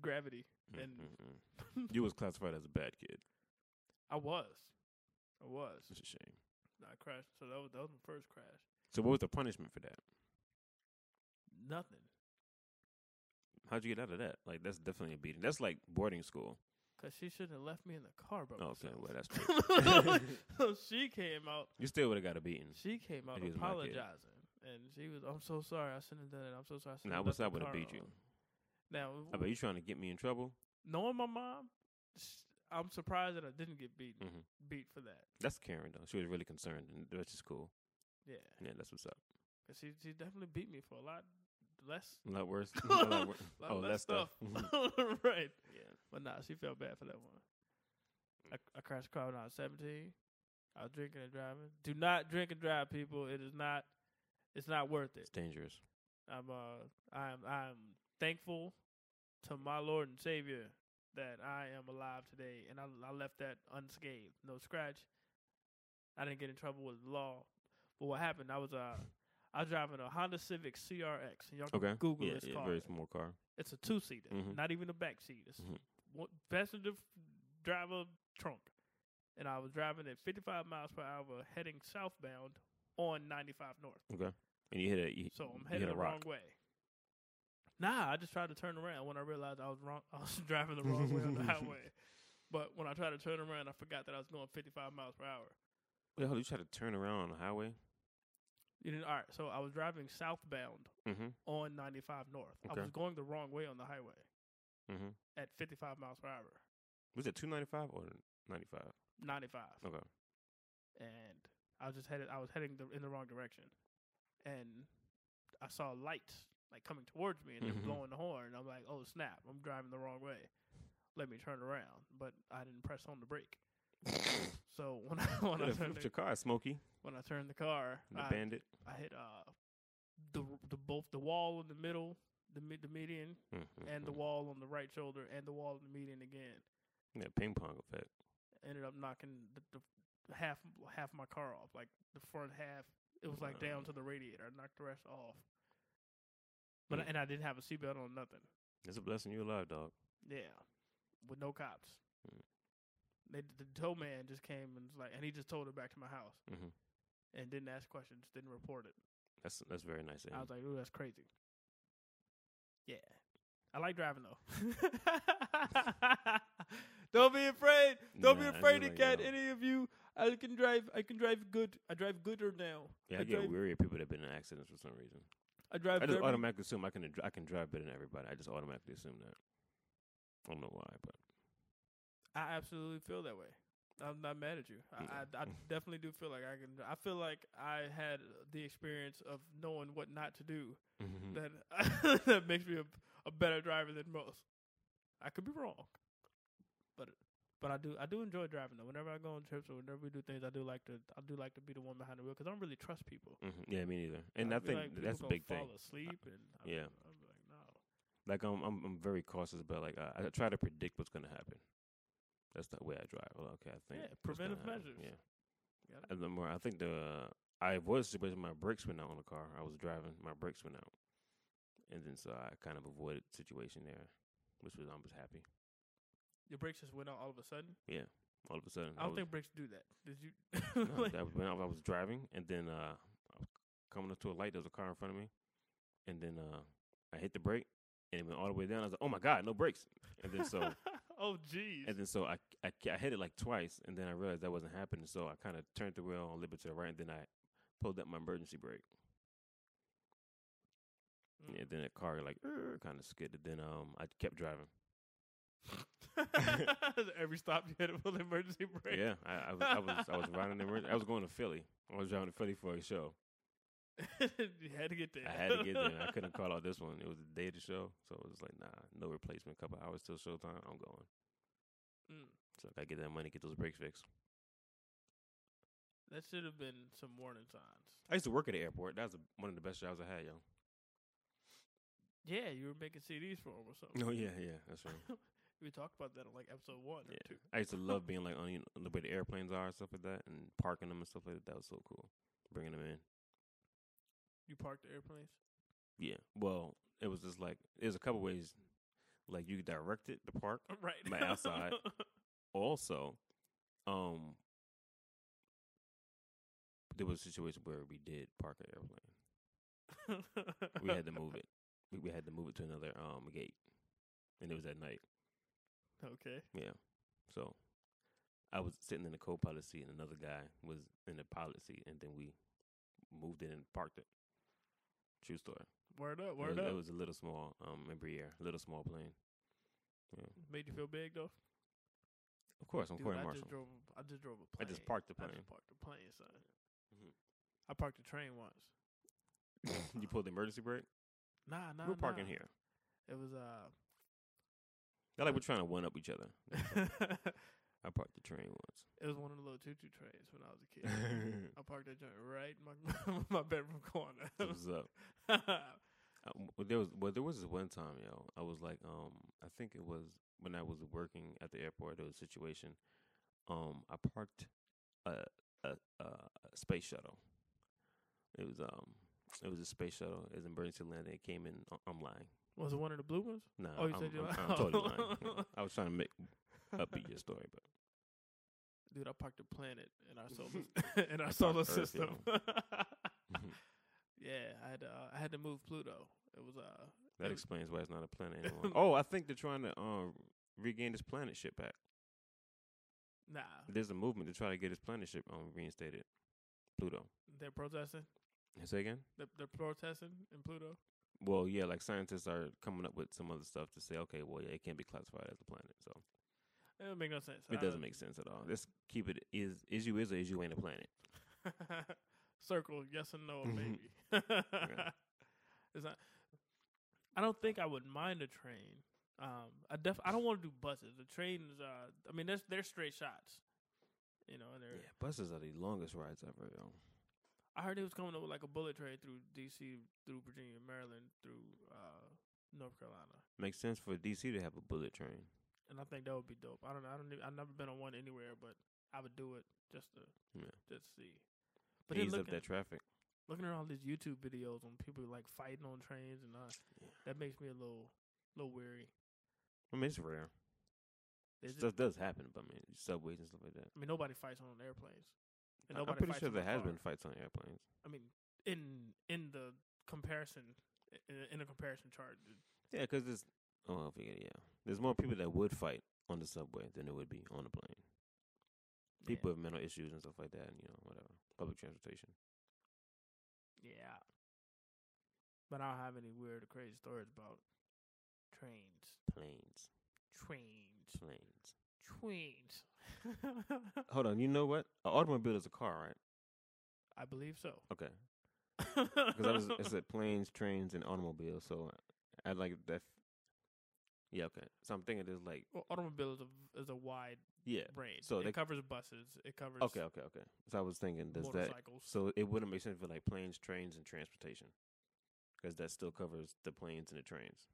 gravity,
Mm,
and
mm, mm. you was classified as a bad kid.
I was, I was.
It's a shame.
I crashed. So that was that was my first crash.
So what was the punishment for that?
Nothing.
How'd you get out of that? Like that's definitely a beating. That's like boarding school.
Cause she shouldn't have left me in the car by
Oh,
myself.
okay, well that's true.
so she came out.
you still would have got a beating.
She came out
Mm. It is my kid.
apologizing, and she was, "I'm so sorry. I shouldn't have done it. I'm so sorry." I shouldn't
Now I
have
wish
left
I
the
would have
car
beat you.
on." Now,
I bet you trying to get me in trouble.
knowing my mom, sh- I'm surprised that I didn't get beaten
Mhm.
beat for that.
That's Karen though. She was really concerned, and which is cool.
Yeah,
Yeah, that's what's up.
'Cause she she definitely beat me for a lot less.
A lot worse.
a
A lot wor-
lot
oh,
less
that stuff. Mhm.
right,
yeah.
but nah, she felt bad for that one. I, I crashed a car when I was 17. I was drinking and driving. Do not drink and drive, people. It is not. It's not worth it.
It's dangerous.
I'm uh I'm I'm thankful to my Lord and Savior that I am alive today and I I left that unscathed, no scratch. I didn't get in trouble with the law. But what happened? I was uh I was driving a Honda Civic CRX and y'all can
Okay.
Google
yeah,
this
yeah,
car.
Very small car.
It's a two seater,
Mhm.
not even a back seat. It's
Mhm.
one passenger f- driver trunk. And I was driving at 55 miles per hour heading southbound on 95 North.
Okay. And you hit a you,
So I'm
you hit
heading
a
the
rock.
wrong way. Nah, I just tried to turn around when I realized I was wrong. I was driving the wrong way on the highway. But when I tried to turn around, I forgot that I was going 55 miles per hour.
What the hell? You try to turn around on the highway?
You didn't, all right, so I was driving southbound
Mm-hmm.
on 95 North. I
Okay.
was going the wrong way on the highway
Mm-hmm.
at 55 miles per hour,
Was it two ninety five or ninety five?
95,
Okay.
and I was just headed. I was heading the, in the wrong direction, and I saw lights like coming towards me, and
Mhm.
they're blowing the horn. I'm like, oh snap! I'm driving the wrong way. Let me turn around, but I didn't press on the brake. So when I when
What
I
if
turned the,
flipped your car, Smokey,
when I turned the car,
the
I,
bandit.
I hit uh the the both the wall in the middle, the mid the median, and the
Mhm.
wall on the right shoulder, and the wall in the median again.
yeah, ping pong effect.
Ended up knocking the, the half half my car off, like the front half. It was like down to
Wow.
the radiator. I knocked the rest off. But
Mm.
and I didn't have a seatbelt on, nothing.
It's a blessing you're alive, dog.
Yeah, with no cops.
Mm.
They the tow man just came and was like, and he just towed it back to my house.
Mm-hmm.
and didn't ask questions, didn't report it.
That's that's very nice. of
I
him.
was like, ooh, that's crazy. Yeah. I like driving though. Don't be afraid. Don't
Nah,
be
I do
afraid
like
of cat,
that.
any of you. I can drive I can drive good. I drive gooder now.
yeah,
I
I
drive
get weary of people that have been in accidents for some reason.
I drive
I just
very-
automatically assume I can dr- I can drive better than everybody. I just automatically assume that. I don't know why, but
I absolutely feel that way. I'm not mad at you. I,
Yeah.
I, I definitely do feel like I can. I feel like I had the experience of knowing what not to do. Mm-hmm.
Mm.
That that makes me a, a better driver than most. I could be wrong, but but I do I do enjoy driving though. Whenever I go on trips or whenever we do things, I do like to I do like to be the one behind the wheel because I don't really trust people.
Mhm. yeah, me neither. And I,
feel
think
like people
that's a
gonna
big thing.
Fall asleep and I'm,
Yeah.
I'm like no.
Like I'm I'm, I'm very cautious about like I, I try to predict what's gonna happen. That's the way I drive. Well, okay, I think
Yeah,
what's gonna
preventive
happen.
measures.
Yeah.
Got it.
And the more I think the I avoided the situation. My brakes went out on the car. I was driving. My brakes went out, and then so I kind of avoided the situation there, which was I was happy.
Your brakes just went out all of a sudden.
All of a sudden,
I don't
was,
think brakes do that. Did you?
no,
Like-
that was when I was driving, and then uh, I was coming up to a light. There was a car in front of me, and then uh, I hit the brake, and it went all the way down. I was like, "Oh my god, no brakes!" And then so.
oh jeez.
And then so I, I, I hit it like twice, and then I realized that wasn't happening. So I kind of turned the wheel a little bit to the right, and then I pulled up my emergency brake.
Mm.
Yeah, then the car like kind of skidded. Then um, I kept driving.
Every stop you had was an emergency brake.
Yeah, I, I, was, I was I was riding in. Ri- I was going to Philly. I was driving to Philly for a show.
you had to get there.
I had to get there. I couldn't call out this one. It was the day of the show, so it was like, nah, no replacement. Couple hours till showtime. I'm going.
Mm.
So I gotta get that money, get those brakes fixed.
That should have been some warning signs.
I used to work at the airport. That was the- one of the best jobs I had, yo.
Yeah, you were making CDs for him or something.
No, Oh, yeah, yeah, that's right.
we talked about that on like episode one
Yeah.
or two.
I used to love being like on you know, the way the airplanes are and stuff like that, and parking them and stuff like that. That was so cool. Bringing them in.
You parked the airplanes.
Yeah. Well, it was just like there's a couple ways, like you could direct it to park.
Right.
My outside. Also, um, there was a situation where we did park an airplane. We had to move it. We, we had to move it to another um gate, and it was at night.
Okay.
Yeah. So I was sitting in the co-pilot seat, and another guy was in the pilot seat, and then we moved it and parked it. True story.
Word up.
it,
Word
was,
up.
it was a little small, um, Embraer, little small plane.
Made you feel big though.
Of course, I'm
Dude,
Corey
I
Marshall.
just drove. a- I just drove a
I
plane.
just parked the
I
plane.
just parked the plane, son.
Mhm.
I parked the train once.
you pulled the emergency brake.
Nah, nah.
we're parking
nah.
here.
It was uh.
Not like we're trying to one up each other.
it
I parked the train once.
was one of the little choo-choo trains when I was a kid. I parked that joint right in my my bedroom corner.
That's What's up? I, Um, well, there was well, there was this one time, yo. I was like, um, I think it was when I was working at the airport. There was a situation. Um, I parked a a, a a space shuttle. It was um, it was a space shuttle. It was an emergency landing. It came in. I- I'm lying.
was it one of the blue ones?
Nah,
Oh, you
I'm,
said you
I'm,
lied.
I'm totally lying. Yeah. I was trying to make upbeat your story, but
Dude, I parked the planet in our solar in our solar
Earth, yeah.
system.
Mhm.
yeah, I had to, uh, I had to move Pluto. It was uh
that
it-
explains why it's not a planet anymore. oh, I think they're trying to um regain this planet ship back.
nah.
There's a movement to try to get this planet ship um reinstated. Pluto.
They're protesting.
Say again.
They're, they're protesting in Pluto.
Well, yeah, like scientists are coming up with some other stuff to say, okay, well, yeah, it can't be classified as a planet, so
It don't make no sense.
it doesn't make sense at all. Let's keep it is is you is or is you ain't a planet.
make circle yes and no,
Mhm.
maybe.
Yeah.
It's not. I don't think I would mind a train. Um, I def I don't want to do buses. The trains, uh, I mean, that's they're straight shots. You know, and they're.
Yeah, buses are the longest rides ever. Yo.
I heard it was coming up with like a bullet train through D.C., through Virginia, Maryland, through uh, North Carolina,
Makes sense for DC to have a bullet train.
and I think that would be dope. I don't know. I don't. Even, I've never been on one anywhere, but I would do it just to
Yeah.
just see. But
But
then
ease up
looking,
that traffic.
looking at all these YouTube videos on people like fighting on trains and uh,
Yeah.
that makes me a little, little weary.
I mean, it's rare.
It's
stuff does happen, but I mean, subways and stuff like that.
I mean, nobody fights on airplanes. And
I- I'm
nobody
pretty
fights
sure
in
there
the
has
car.
been fights on airplanes.
I mean, in in the comparison, in, in a comparison chart,
Yeah, because there's oh, I forget, yeah, there's more people that would fight on the subway than there would be on the plane. People with mental issues and stuff like that, and you know, whatever. Public transportation.
Yeah. But I don't have any weird or crazy stories about trains.
planes,
Trains.
planes.
Trains.
Hold on, you know what? An automobile is a car, right?
I believe so.
Okay, because I was it said planes, trains, and automobiles, so I I like that. Yeah, okay. So I'm thinking there's like
well, automobile is a, is a wide
yeah.
range.
so
it
they-
covers buses. It covers
Okay, okay, okay. So I was thinking does that
motorcycles.
so it wouldn't make sense for like planes, trains, and transportation because that still covers the planes and the trains.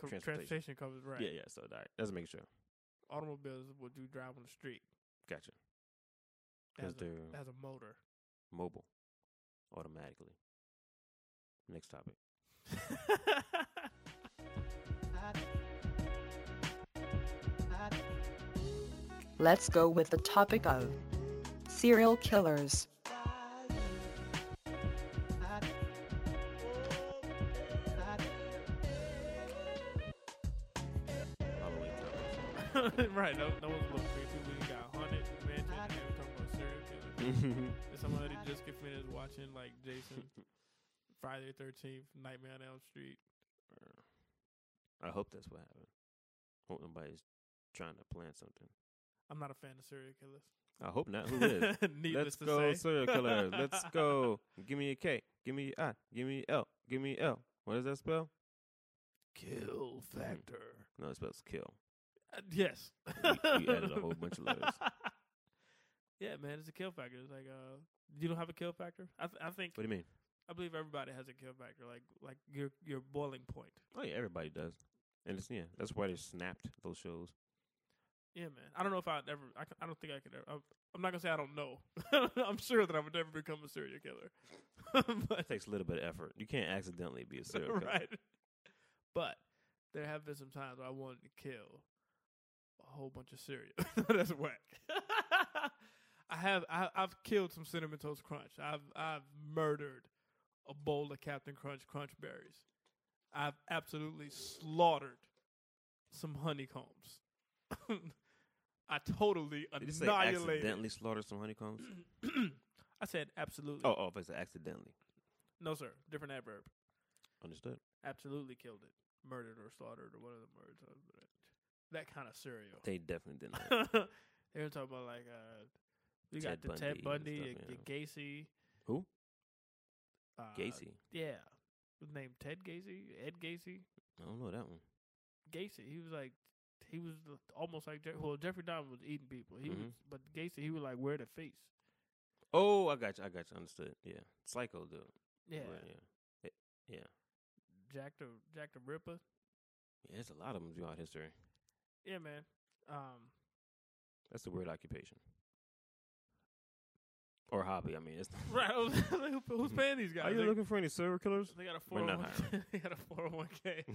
Co-
transportation.
transportation covers right.
Yeah, yeah. So that doesn't make sure.
Automobiles is what you drive on the street.
Gotcha.
That
Because
has, a,
they're
that has a motor.
mobile automatically. Next topic.
Let's go with the topic of serial killers.
Halloween
right, no, no one's looking creepy. We got haunted mansion, and then we're talking about serial killers.
topic.
If somebody just get finished watching like Jason, Friday Thirteenth, Nightmare on Elm Street.
I hope that's what happened. Hope nobody's trying to plan something.
I'm not a fan of serial killers.
I hope not. Uh, Who is?
Needless
Let's
to
go,
say.
serial killer. Let's go. Give me a K. Give me a I. Give me L. Give me L. What does that spell?
Kill
Hmm.
factor.
No, it spells kill.
Uh, yes.
We- we added a whole bunch of letters.
yeah, man, it's a kill factor. It's like uh, you don't have a kill factor. I th- I think
What do you mean?
I believe everybody has a kill factor. Like like your your boiling point.
Oh yeah, everybody does. And it's yeah, that's why they snapped those shows.
Yeah, man. I don't know if I'd ever. I, c- I don't think I could ever. I'm, I'm not gonna say I don't know. I'm sure that I would never become a serial killer. but
It takes a little bit of effort. You can't accidentally be a serial killer.
right. But there have been some times where I wanted to kill a whole bunch of cereal. That's whack. I have I, I've killed some cinnamon toast crunch. I've I've murdered a bowl of Captain Crunch crunch berries. I've absolutely slaughtered some honeycombs. I totally
Did you say accidentally
annihilated.
slaughter some honeycombs?
I said absolutely.
oh, oh, if it's accidentally.
No, sir. Different adverb.
Understood.
absolutely killed it, murdered or slaughtered or one of the words. uh, but That kind of cereal.
They definitely didn't.
they were talking about like uh, we
Ted
got the Ted
Bundy
Bundy,
and
your,
stuff,
your Gacy.
Who?
Uh,
Gacy.
Yeah, his name Ted Gacy, Ed Gacy,
I don't know that one.
Gacy. He was like. He was l- almost like Jeff- well Jeffrey Dahmer was eating people. He was,
Mhm.
but Gacy he was like wear the face.
Oh, I got you. I got you. Understood. Yeah, psycho dude.
Yeah,
Right, yeah, It- yeah.
Jack the Jack the Ripper.
Yeah, there's a lot of them throughout history.
Yeah, man. Um,
That's the weird occupation or hobby. I mean, it's not.
right. I was like, who- who's paying these guys?
Are you
They-
looking for any serial killers?
They got a four
We're
hundred
not
one. They got a four hundred one k.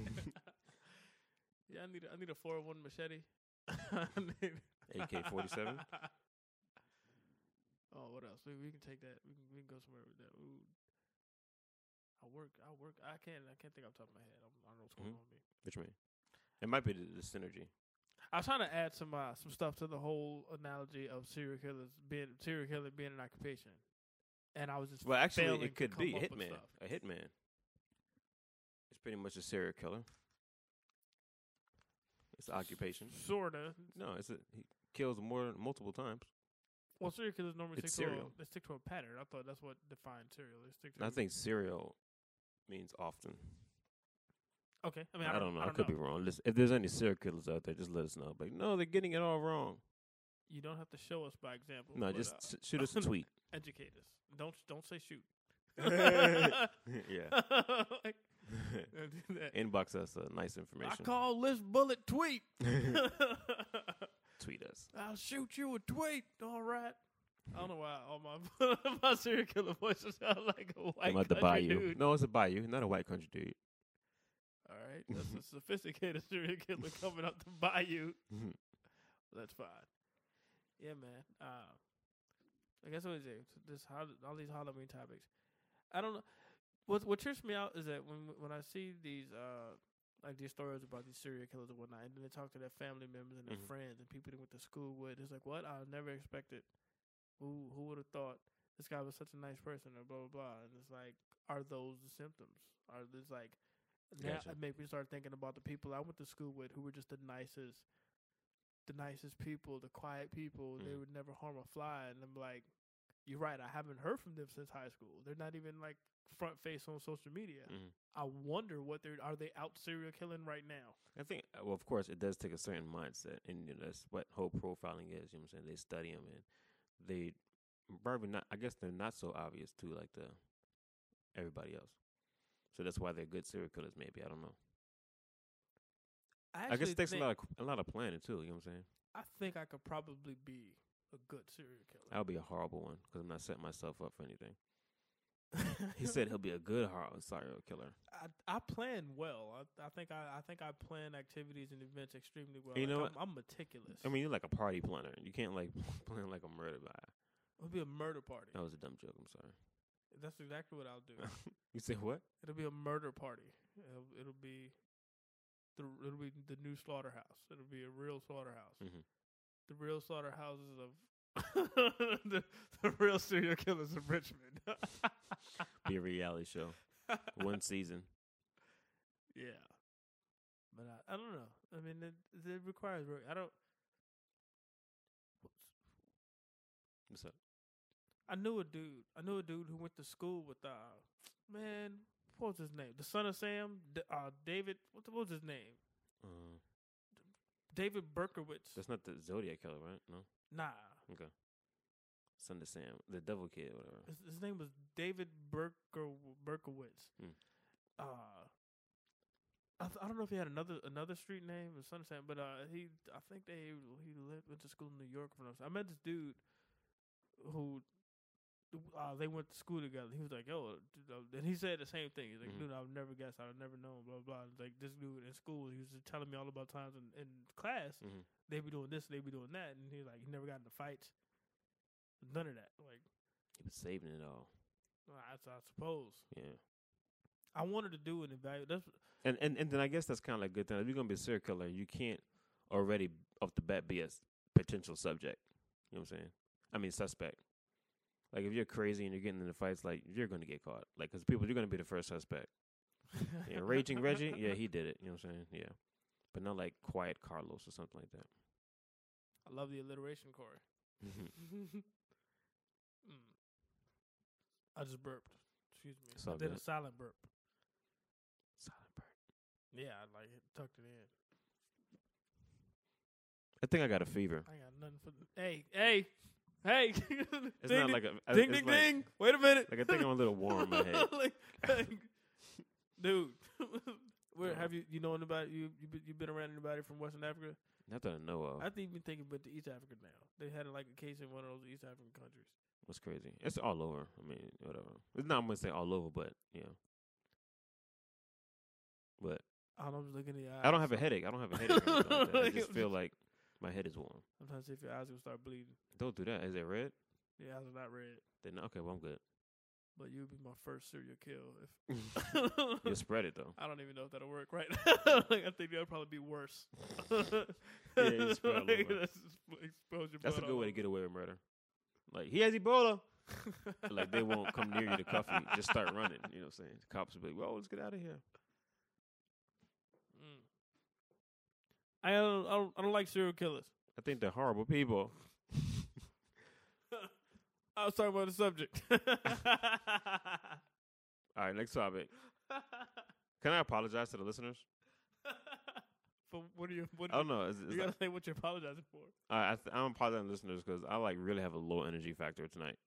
Yeah, I need a, I need a four hundred one machete. I need-
AK-47?
Oh, what else? We, we can take that. We can, we can go somewhere with that. Ooh. I work. I work. I can't. I can't think off the top of my head. I'm, I don't know what's going
Mhm.
on with me.
Which mean, it might be the, the synergy.
I was trying to add some uh, some stuff to the whole analogy of serial killers being serial killer being an occupation, and I was just
Well,
failing
actually,
to
it could
come
be
up with
hitman.
stuff.
A hitman. It's pretty much a serial killer. It's an occupation.
Sorta.
No, it's a, he kills more multiple times.
Well, serial killers normally
It's
stick to
serial.
a, they stick to a pattern. I thought that's what defined serial. They stick to.
And I think serial means often.
Okay. I
I,
mean, I,
don't know. I,
I don't
could
know.
be wrong. Listen, if there's any serial killers out there, just let us know. But no, they're getting it all wrong.
You don't have to show us by example.
No,
but,
just
uh,
s shoot us a tweet.
educate us. Don't don't say shoot.
yeah.
Like, don't do that.
Inbox us uh, nice
I
information.
call this bullet tweet. I'll
tweet us.
shoot you a tweet. All right. I don't know why all my my serial killer voices sound like a white
I'm at the
country
bayou.
dude.
No, it's a bayou, not a white country dude.
All right, that's a sophisticated serial killer coming up to buy you.
Mhm.
That's fine. Yeah, man. Uh, I guess what is it? This hol- all these Halloween topics. I don't know. What what trips me out is that when when I see these uh like these stories about these serial killers and whatnot, and then they talk to their family members and their
Mhm.
friends and people they went to school with. It's like what I never expected. Who who would have thought this guy was such a nice person and blah blah blah. And it's like, are those the symptoms? Are this like now
Gotcha.
it make me start thinking about the people I went to school with who were just the nicest the nicest people, the quiet people. They
Mhm.
would never harm a fly and I'm like, You're right, I haven't heard from them since high school. They're not even like front face on social media.
Mhm.
I wonder what they're are they out serial killing right now?
I think, uh, well, of course, it does take a certain mindset, and you know, that's what whole profiling is. You know what I'm saying? They study them, and they probably not. I guess they're not so obvious to like the everybody else. So that's why they're good serial killers. Maybe I don't know. I guess
actually
it takes a
think-
lot of c- a lot of planning too. You know what I'm saying?
I think I could probably be a good serial killer.
I'll be a horrible one because I'm not setting myself up for anything. He said he'll be a good horrible serial killer.
I, I plan well. I, I think I, I think I plan activities and events extremely well.
You
Like,
know
I'm, I'm meticulous.
I mean, you're like a party planner. You can't like plan like a murder guy.
it'll be a murder party.
That was a dumb joke. I'm sorry.
That's exactly what I'll do.
You say what?
it'll be a murder party. It'll, it'll be the it'll be the new slaughterhouse. It'll be a real slaughterhouse.
Mhm.
The real slaughterhouses of the, the real serial killers of Richmond.
Be a reality show. One season.
Yeah. But I, I don't know. I mean, it, it requires work. I don't.
What's up?
I knew a dude. I knew a dude who went to school with uh man, what was his name? The son of Sam, D- uh David. What, the, what was his name?
Uh,
David Berkowitz.
that's not the Zodiac killer, right? No.
nah,
Okay. Son of Sam, the Devil Kid, whatever.
his, his name was David Berker, Berkowitz.
Hmm.
Uh, I, th- I don't know if he had another another street name or something, but uh, he I think they he lived, went to school in New York. From I met this dude who uh, they went to school together. He was like, "Yo," dude, uh," and he said the same thing. He's like, "Dude,
Mhm.
I've never guessed. I've never known." Blah blah. It's Like this dude in school, he was just telling me all about times in, in class
Mhm.
they be doing this, they be doing that, and he like he never got into fights, none of that. Like
He was saving it all.
I, I suppose
Yeah.
I wanted to do an evaluation. That's
And and, and then I guess that's kind of like a good thing. If you're gonna be a serial killer, you can't already off the bat be a s- potential subject. You know what I'm saying? I mean suspect. Like if you're crazy and you're getting into fights, like you're gonna get caught. Like because people, you're gonna be the first suspect. Yeah, raging Reggie, yeah, he did it. You know what I'm saying? Yeah, but not like quiet Carlos or something like that. Mm-hmm.
I love the alliteration, Corey. mm. I just burped. Excuse me.
It's
I
all
did a
good.
silent burp.
Silent Bird.
Yeah, I like tucked it in.
I think I got a fever.
I ain't got nothing for. Hey, hey, hey!
It's
ding,
not
ding,
like a I-
ding,
it's
ding,
like,
ding. Wait a minute.
Like I think I'm a little warm in my head.
Like- like, dude, where
Yeah.
have you? You know anybody? You you been- you been around anybody from Western Africa?
Not that I know of.
I think even thinking about the East Africa now. They had like a case in one of those East African countries.
It's crazy. It's all over. I mean, whatever. It's not. I'm gonna say all over, but yeah. But
I don't look in the eyes.
I don't have a headache. I don't have a headache. Or anything like that. I just feel like my head is warm.
Sometimes if your eyes will start bleeding,
Don't do that. Is it red?
your eyes are not red.
Then okay, well I'm good.
But you'll be my first serial kill.
You
If
spread it though.
I don't even know if that'll work right. like, I think that'll probably be worse. yeah,
you spread all over.
exposure
That's a good way to get away with murder. Like he has Ebola.
get.
Like they won't come near you to cuff you. Just start running. You know what I'm saying? The cops will be like, "Whoa, let's get out of here."
Mm. I don't, I don't. I don't like serial killers.
I think they're horrible people.
I was talking about the subject.
All right, next topic. Can I apologize to the listeners?
For what are you? What
I don't know. Is, is
You gotta say what you're apologizing for.
I I th- I'm apologizing to listeners because I like really have a low energy factor tonight,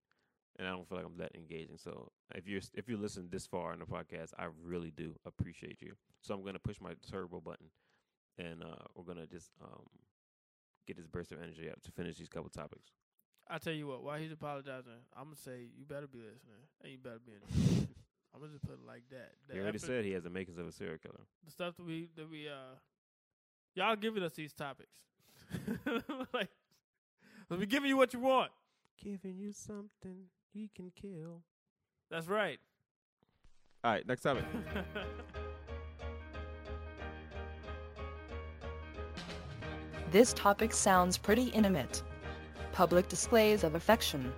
and I don't feel like I'm that engaging. So if you're s- if you listen this far in the podcast, I really do appreciate you. So I'm gonna push my turbo button, and uh, we're gonna just um, get this burst of energy up to finish these couple topics.
I tell you what, while he's apologizing, I'm gonna say you better be listening and you better be. In I'm gonna just put it like that. The
He already
effort-
said he has the makings of a serial killer.
the stuff that we that we uh y'all giving us these topics. like, we giving you what you want.
Giving you something he can kill.
That's right.
All right, next topic.
This topic sounds pretty intimate. Public displays of affection.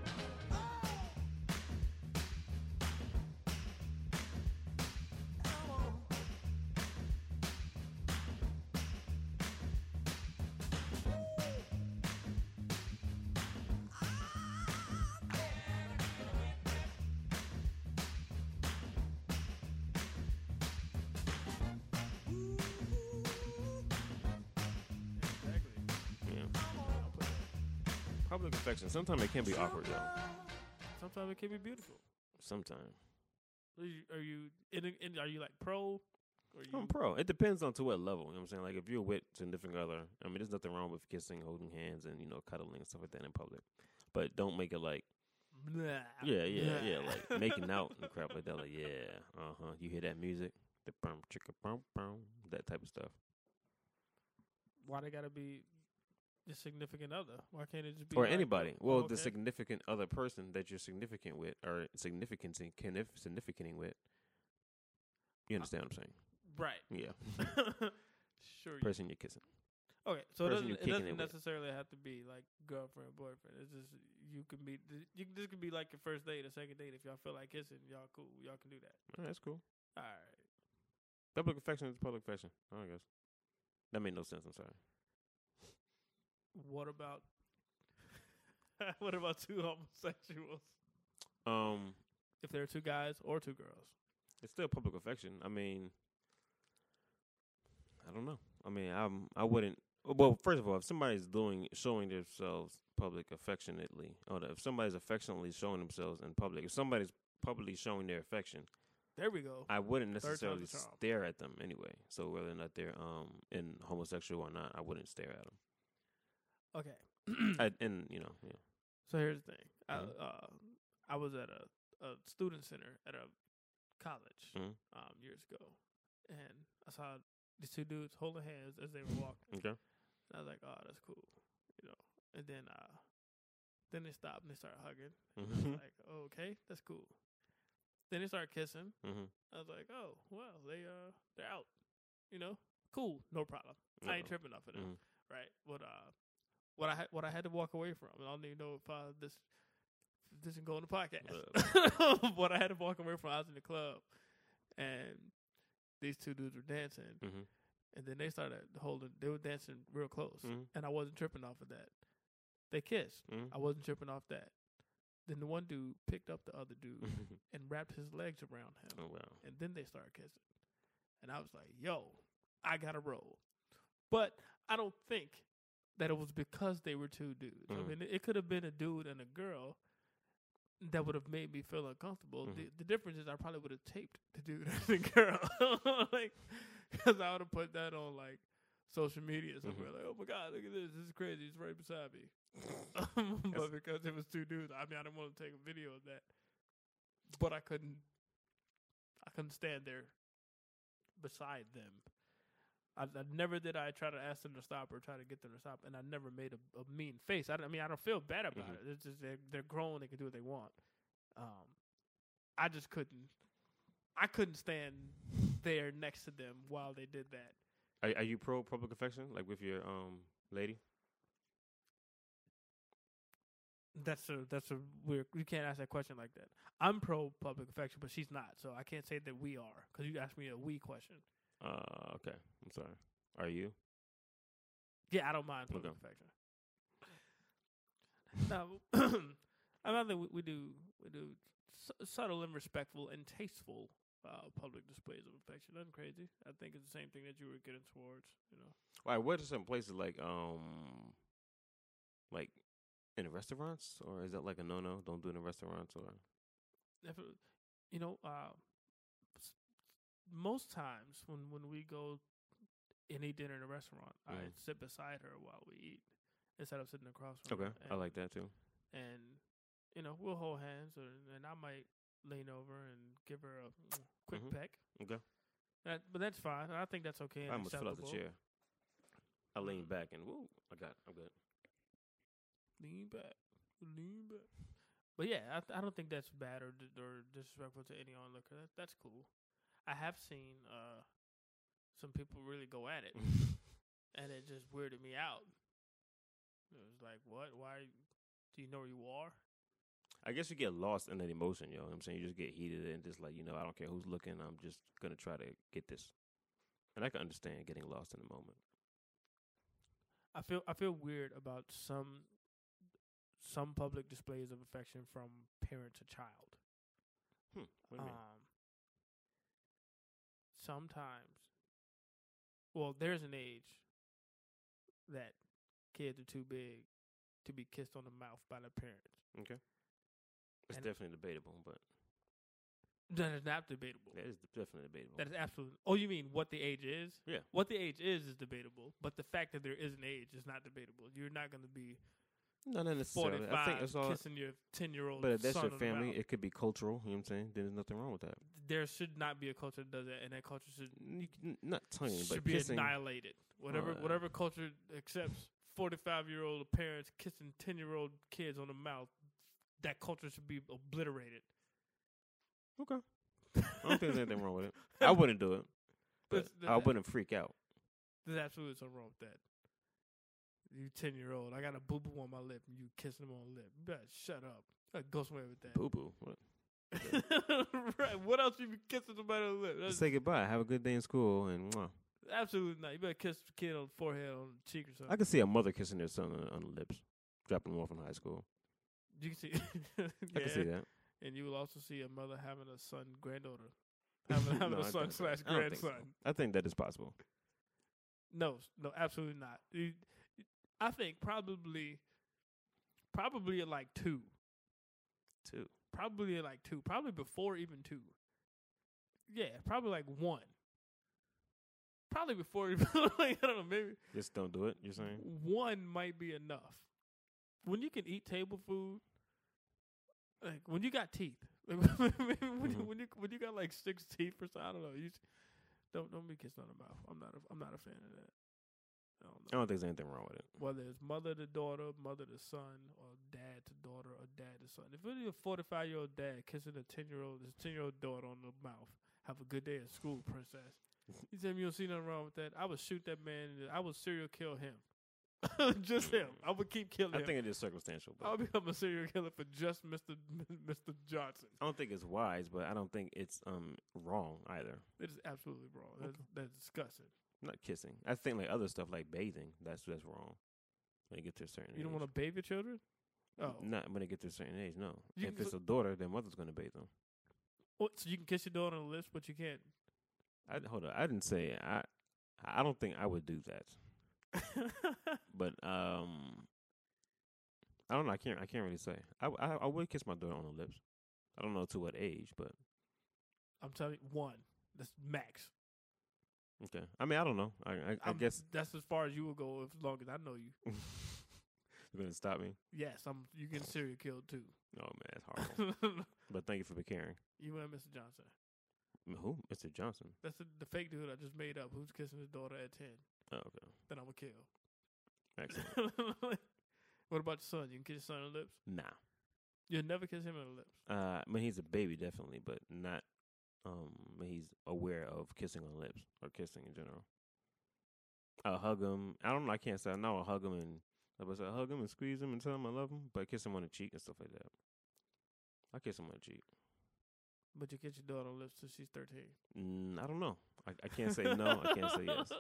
exactly.
Yeah. Public affection. Sometimes it can be awkward though.
Sometimes it can be beautiful.
Sometimes.
Are you are you, in, in, are you like pro? Or you,
I'm pro. It depends on to what level. You know what I'm saying? Like if you're with significant other, I mean, there's nothing wrong with kissing, holding hands, and you know, cuddling and stuff like that in public. But don't make it like
Blah.
yeah, Ah. yeah,
Blah.
yeah, like making out and crap like that. Like yeah, uh huh. You hear that music, the bum chicka bum bum, that type of stuff.
Why they gotta be the significant other? Why can't it just be
or
like,
anybody. Well, the
okay.
significant other person that you're significant with, or significant significanting with. You understand what I'm
right?
saying? Yeah,
sure. You
person you're kissing.
Okay, so it
person
doesn't,
you're
it
kicking
doesn't
it with.
necessarily have to be like girlfriend, boyfriend. It's just you can be. th- You, this could be like your first date, or second date. If y'all feel like kissing, y'all cool. Y'all can do that.
All right, that's cool.
All right.
Public affection is public affection. I guess that made no sense. I'm sorry.
What about? what about two homosexuals?
Um,
If there are two guys or two girls,
it's still public affection. I mean, I don't know. I mean, I'm I wouldn't. Well, first of all, if somebody's doing showing themselves public affectionately, or if somebody's affectionately showing themselves in public, if somebody's publicly showing their affection,
there we go.
I wouldn't
Third time's the
necessarily
charm.
stare at them anyway. So whether or not they're um in homosexual or not, I wouldn't stare at them.
okay.
I, and you know, yeah.
So here's the thing. I
Mhm.
uh, I was at a, a student center at a college
Mhm.
um, years ago, and I saw these two dudes holding hands as they were walking.
Okay.
And I was like, "Oh, that's cool," you know. And then uh, then they stopped and they started hugging. I
Mm-hmm.
was like, oh, "Okay, that's cool." Then they started kissing.
mm-hmm.
I was like, "Oh, well, they uh, they're out," you know. Cool, no problem. I ain't tripping off of them,
Mhm.
right? But uh, what I had, what I had to walk away from, and I don't even know if uh, this if this can go on the podcast. what I had to walk away from, I was in the club, and these two dudes were dancing,
Mhm.
and then they started holding. They were dancing real close,
Mhm.
and I wasn't tripping off of that. They kissed.
Mm-hmm.
I wasn't tripping off that. Then the one dude picked up the other dude
Mhm.
and wrapped his legs around him
oh wow.
and then they started kissing. And I was like, yo, I gotta roll. But I don't think that it was because they were two dudes. I
Mhm.
mean, it could have been a dude and a girl that would have made me feel uncomfortable. The, the difference is I probably would have taped the dude and the girl. like, because I would have put that on, like, social media somewhere. Like, oh my God, look at this. This is crazy. It's right beside me.
That's-
but because it was two dudes, I mean, I didn't want to take a video of that. But I couldn't I couldn't stand there beside them. I, I never did. I try to ask them to stop or try to get them to stop, and I never made a, a mean face. I, don't- I mean, I don't feel bad about
Mhm.
it. It's just they're, they're grown; they can do what they want. Um, I just couldn't. I couldn't stand there next to them while they did that.
Are, are you pro public affection, like with your um lady?
That's a that's a weird. You can't ask that question like that. I'm pro public affection, but she's not, so I can't say that we are because you asked me a we question.
Uh, okay. I'm sorry. Are you?
Yeah, I don't mind public
Okay.
affection. No, I rather we, we do we do s- subtle and respectful and tasteful uh, public displays of affection. Nothing crazy. I think it's the same thing that you were getting towards. You know,
Like, what are some places like um, like in restaurants, or is that like a no no? Don't do it in restaurants, or
if it- you know, uh, s- most times when when we go and eat dinner in a restaurant, I
Mhm.
sit beside her while we eat instead of sitting across from
okay,
her.
I
And-
like that too.
and you know we'll hold hands, or, and I might lean over and give her a quick
Mhm.
peck.
Okay,
That, but that's fine. I think that's okay. And
I almost fell out
acceptable. Mm.
the chair. I lean back and woo, I got, I'm good.
Lean back, lean back. But yeah, I, th- I don't think that's bad or di- or disrespectful to any onlooker. That, that's cool. I have seen uh, some people really go at it, and it just weirded me out. It was like, what? Why? Do you know where you are?
I guess you get lost in that emotion, yo. know what I'm saying you just get heated and just like you know, I don't care who's looking. I'm just gonna try to get this, and I can understand getting lost in the moment.
I feel I feel weird about some some public displays of affection from parent to child.
Hmm. What do you
um,
mean?
sometimes, well, there's an age that kids are too big to be kissed on the mouth by their parents.
It's
and-
definitely debatable, but
That is not debatable.
that is definitely debatable.
That is absolutely. Oh, you mean what the age is?
Yeah.
What the age is is debatable, but the fact that there is an age is not debatable. You're not going to be
No, not necessarily. I think
45
it's all.
kissing your 10 year old.
But if that's
son
your
on the
family,
mouth.
it could be cultural. You know what I'm saying? Then there's nothing wrong with that.
there should not be a culture that does that, and that culture should
You can, not tonguing,
should
but
be
kissing.
annihilated. Whatever
Uh,
whatever culture accepts forty five year old parents kissing ten year old kids on the mouth, that culture should be obliterated.
Okay. I don't think there's anything wrong with it. I wouldn't do it, but
That's-
I
that-
wouldn't freak out.
There's absolutely something wrong with that. You ten year old, I got a boo boo on my lip, and you kissing them on the lip. You better shut up. I go somewhere with that.
Boo boo. What?
right? What else you be kissing somebody on the lip?
Just
That's
say goodbye. Have a good day in school, and mwah.
absolutely not. You better kiss the kid on the forehead, on the cheek, or something.
I could see a mother kissing their son on, on the lips, dropping them off in high school.
You can see.
I can see that.
And you will also see a mother having a son, granddaughter, having, having
No, I
a son
don't-
slash
I don't think so.
grandson.
I think that is possible.
No, s- no, absolutely not. You- I think probably, probably at like two,
Two.
probably at like two, probably before even two. Yeah, probably like one. Probably before even like I don't know maybe
Just don't do it. You're saying?
one might be enough. When you can eat table food, like when you got teeth, like, when, you,
Mhm.
when you when you got like six teeth or something, I don't know. You s- don't don't be kissing on the mouth. I'm not a, I'm not a fan of that. I don't know
I don't think there's anything wrong with it.
whether it's mother to daughter, mother to son, or dad to daughter, or dad to son. If it's a forty-five year old dad kissing a ten-year-old, his ten-year-old daughter on the mouth, have a good day at school, princess. You tell me you don't see nothing wrong with that? I would shoot that man. and I would serial kill him, just him. I would keep killing.
I
him.
think it is circumstantial. But
I'll become a serial killer for just Mister Mister Johnson.
I don't think it's wise, but I don't think it's um wrong either.
It is absolutely wrong. That's, that's disgusting.
Not kissing. I think like other stuff like bathing. That's that's wrong. When you get to a certain
You don't
age.
want to bathe your children. Oh,
Not when they get to a certain age. No.
You
if
can-
it's a daughter, then mother's gonna bathe them.
What, so you can kiss your daughter on the lips, but you can't.
I hold on. I didn't say I. I don't think I would do that. But um, I don't know. I can't. I can't really say. I w- I, I would kiss my daughter on the lips. I don't know to what age, but
I'm telling you, one. That's max.
okay. I mean, I don't know. I I, I
I'm-
guess
that's as far as you will go as long as I know you.
you're gonna stop me.
Yes, I'm. You get serial killed too.
Oh man, it's horrible.
you
but thank you for caring.
and Mr. Johnson.
M- Who? Mr. Johnson.
That's the, the fake dude I just made up who's kissing his daughter at ten.
Oh, okay.
That I'm gonna
Excellent.
kill. what about your son? You can kiss your son on the lips.
nah.
You'll never kiss him on the lips.
Uh, I mean, he's a baby, definitely, but not. Um, when he's aware of kissing on lips or kissing in general. I'll hug him. I don't know. I can't say. I know I'll hug him and I was I'll hug him and squeeze him and tell him I love him, but kiss him on the cheek and stuff like that. I kiss him on the cheek.
But you kiss your daughter on the lips till she's thirteen.
Mm, I don't know. I, I can't say no. I can't say yes.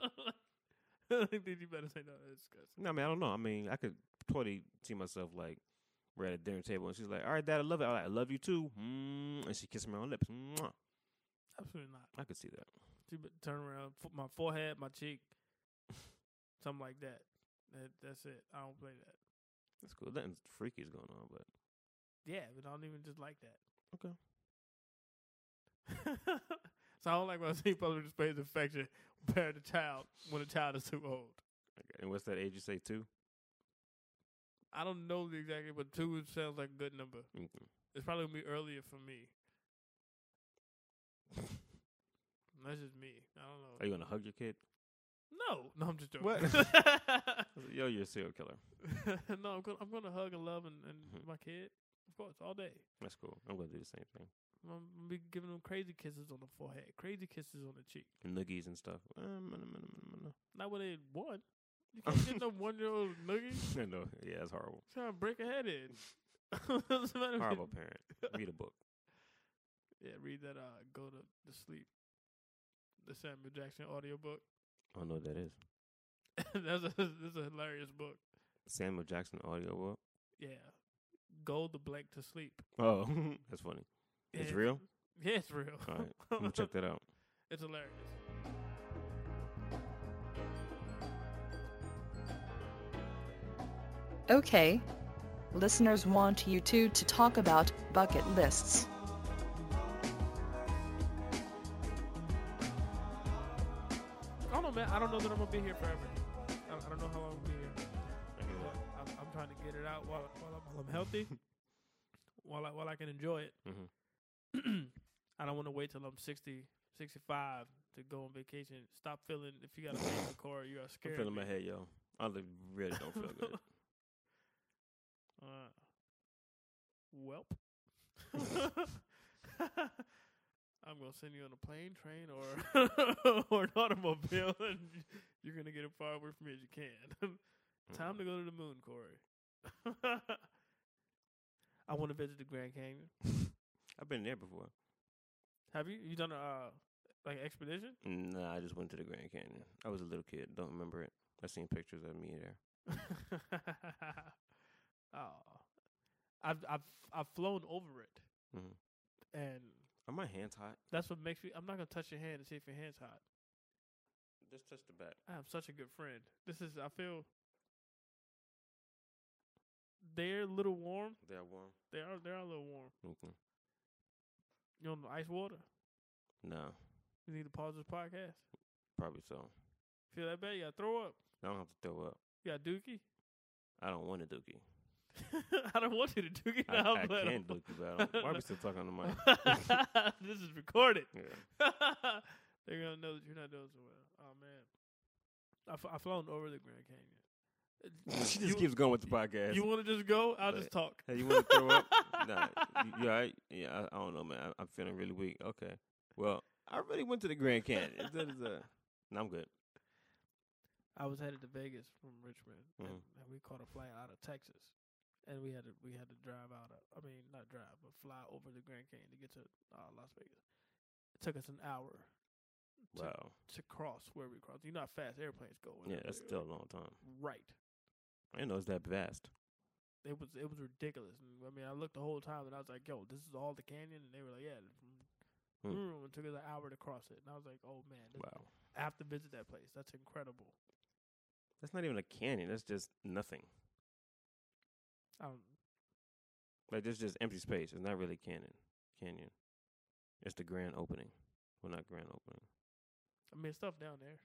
Then you better say no. That's disgusting.
No, I mean, I don't know. I mean, I could totally see myself like we're at a dinner table and she's like, "All right, Dad, I love it. I'm like, I love you too." Mm, and she kissed me on the lips. Mwah.
Absolutely not.
I could see that.
She better turn around. fo- My forehead, my cheek, something like that. That that's it. I don't play that.
That's cool. Nothing freaky is going on, but
Yeah, but I don't even just like that.
Okay.
so I don't like when I see public displays of affection compared to child when a child is too old.
okay. and what's that age you say two?
I don't know the exactly, but two sounds like a good number.
Mm-mm.
It's probably gonna be earlier for me. That's just me. I don't know.
Are you gonna hug your kid?
no, no, I'm just joking.
What? I was like, Yo, you're a serial killer.
no, I'm gonna I'm gonna hug and love and, and
Mhm.
my kid, of course, all day.
That's cool. I'm gonna do the same thing.
I'm gonna be giving them crazy kisses on the forehead, crazy kisses on the cheek.
And noogies and stuff. Uh, mm, mm, mm, mm, mm,
Not when they one. You can't get no one year old noogie.
mm. I know. Yeah, it's horrible.
trying to break a head in. Doesn't matter if you-
Horrible parent. Read a book.
Yeah, read that. Uh, go to the sleep. The Samuel Jackson audiobook.
I don't know what that is.
that's a that's a hilarious book.
Samuel Jackson audio book.
Yeah, go the blank to sleep.
Oh, that's funny.
Yeah,
It's real.
Yeah, it's real.
All right, I'm gonna check that out.
It's hilarious.
Okay. Listeners want you two to talk about bucket lists.
I don't know, man. I don't know that I'm gonna be here forever. I, I don't know how long I'll be here. I'm, I'm trying to get it out while while I'm, while I'm healthy, while I, while I can enjoy it.
Mm-hmm.
I don't want to wait till I'm 60, 65 to go on vacation. Stop feeling if you got a baby, Corey, you are
I'm
scared.
feeling my head, yo. I li- really don't feel good.
Uh, welp. I'm gonna send you on a plane, train, or or an automobile, and you're gonna get as far away from me as you can. Time to go to the moon, Corey. I want to visit the Grand Canyon.
I've been there before.
Have you you done a uh, like expedition?
Nah, I just went to the Grand Canyon. I was a little kid. Don't remember it. I seen pictures of me there.
oh, I've I've I've flown over it,
Mhm.
and
Are my hands hot?
that's what makes me. I'm not gonna touch your hand to see if your hand's hot.
Just touch the back.
I am such a good friend. This is I feel they're a little warm.
They're warm.
They are they are a little warm.
Okay.
You want ice water?
No,
You need to pause this podcast.
probably so.
Feel that bad? You gotta throw up.
I don't have to throw up.
You got dookie.
I don't want a dookie.
I don't want you to dookie
I,
now,
I
but uh,
can dookie, but I don't. Why are we still talking on the mic?
this is recorded.
yeah.
They're gonna know that you're not doing so well. Oh man, I f- I flown over the Grand Canyon. Uh,
she
You-
just keeps going with the podcast.
You want to just go? I'll just
But-
talk.
hey, you want to throw up? nah, you, you all right? Yeah, I, I don't know, man. I, I'm feeling really weak. Okay. Well, I already went to the Grand Canyon. It- That is a. No, I'm good.
I was headed to Vegas from Richmond, and,
Mhm.
and we caught a flight out of Texas, and we had to we had to drive out. Of, I mean, not drive, but fly over the Grand Canyon to get to uh, Las Vegas. It took us an hour to,
Wow.
to cross where we crossed. You know how fast airplanes go. when
Yeah,
they're-
that's still a long time.
right.
I didn't know it's that vast.
It was it was ridiculous. And, I mean, I looked the whole time, and I was like, "Yo, this is all the canyon," and they were like, "Yeah." From
Hmm.
Ruru, it took us an hour to cross it, and I was like, "Oh man, this-
Wow.
I have to visit that place. That's incredible."
That's not even a canyon. That's just nothing.
Um,
Like there's just empty space. It's not really canyon. Canyon. It's the grand opening. Well, not grand opening.
I mean, stuff down there.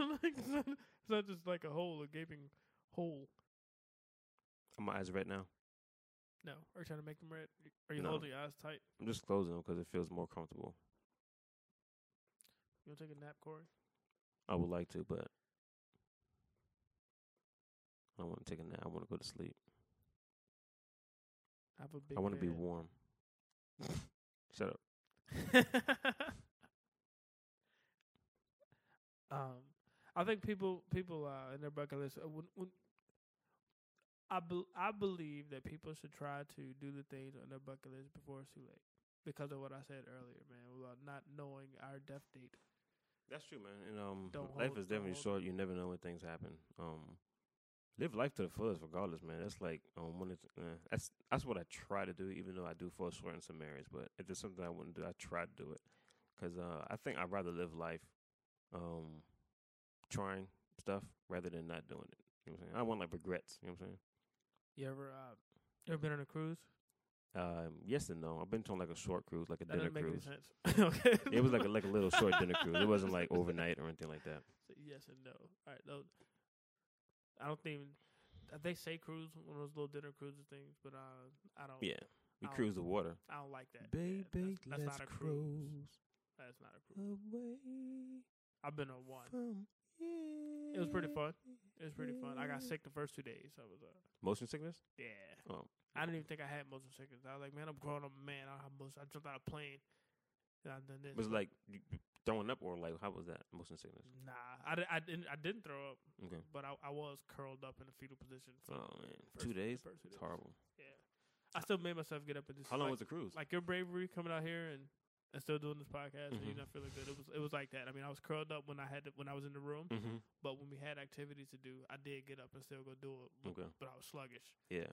Mm.
like it's not, it's not just like a hole, a gaping hole.
Are Mm. my eyes red now?
No, are you trying to make them red? Are you
No.
holding your eyes tight?
I'm just closing them because it feels more comfortable.
You want to take a nap, Corey?
I would like to, but I don't want to take a nap. I want to go to sleep.
Have a big.
I want to be
bed.
warm. Shut up.
um, I think people people uh, in their bucket list. Uh, when, when I bel I believe that people should try to do the things on their bucket list before it's too late, because of what I said earlier, man, about not knowing our death date.
That's true, man. And um,
Don't
life
hold-
is
don't
definitely
hold-
short. You never know when things happen. Um, live life to the fullest, regardless, man. That's like um, when it's uh, that's that's what I try to do, even though I do fall short in some areas. But if there's something I wouldn't do, I try to do it because uh, I think I'd rather live life, um, trying stuff rather than not doing it. You know what I'm saying? I want like regrets. You know what I'm saying?
You ever uh, you ever been on a cruise?
Um, yes and no. I've been to like a short cruise, like a
That
dinner
doesn't make
cruise.
any sense. okay.
It was like a, like a little short dinner cruise. It wasn't like overnight or anything like that.
Say yes and no. All right, those. I don't think uh, they say cruise one of those little dinner cruises things, but uh, I don't.
Yeah, we
Oh.
cruised the water.
I don't like that. Yeah,
Baby,
that's, that's
let's
not a cruise.
cruise
That's not a cruise.
away
I've been on one.
from
It was pretty fun. It was pretty fun. I got sick the first two days. I was uh,
Motion sickness?
yeah.
Oh,
I didn't even think I had motion sickness. I was like, man, I'm growing up, man. I have motion. I jumped out of a plane. And I've done this.
was it like you throwing up or like how was that motion sickness?
nah, I, di- I didn't. I didn't throw up,
Okay,
but I, I was curled up in a fetal position. for
Oh,
the
man.
first-
Two
the
days?
first two
it's
days.
horrible.
Yeah. I still made myself get up and just
How long
like,
was the cruise?
like your bravery coming out here and, and still doing this podcast and
Mhm.
you're not feeling good. It was it was like that. I mean, I was curled up when I had to, when I was in the room,
mm-hmm.
but when we had activities to do, I did get up and still go do it. but-
Okay.
But I was sluggish.
Yeah.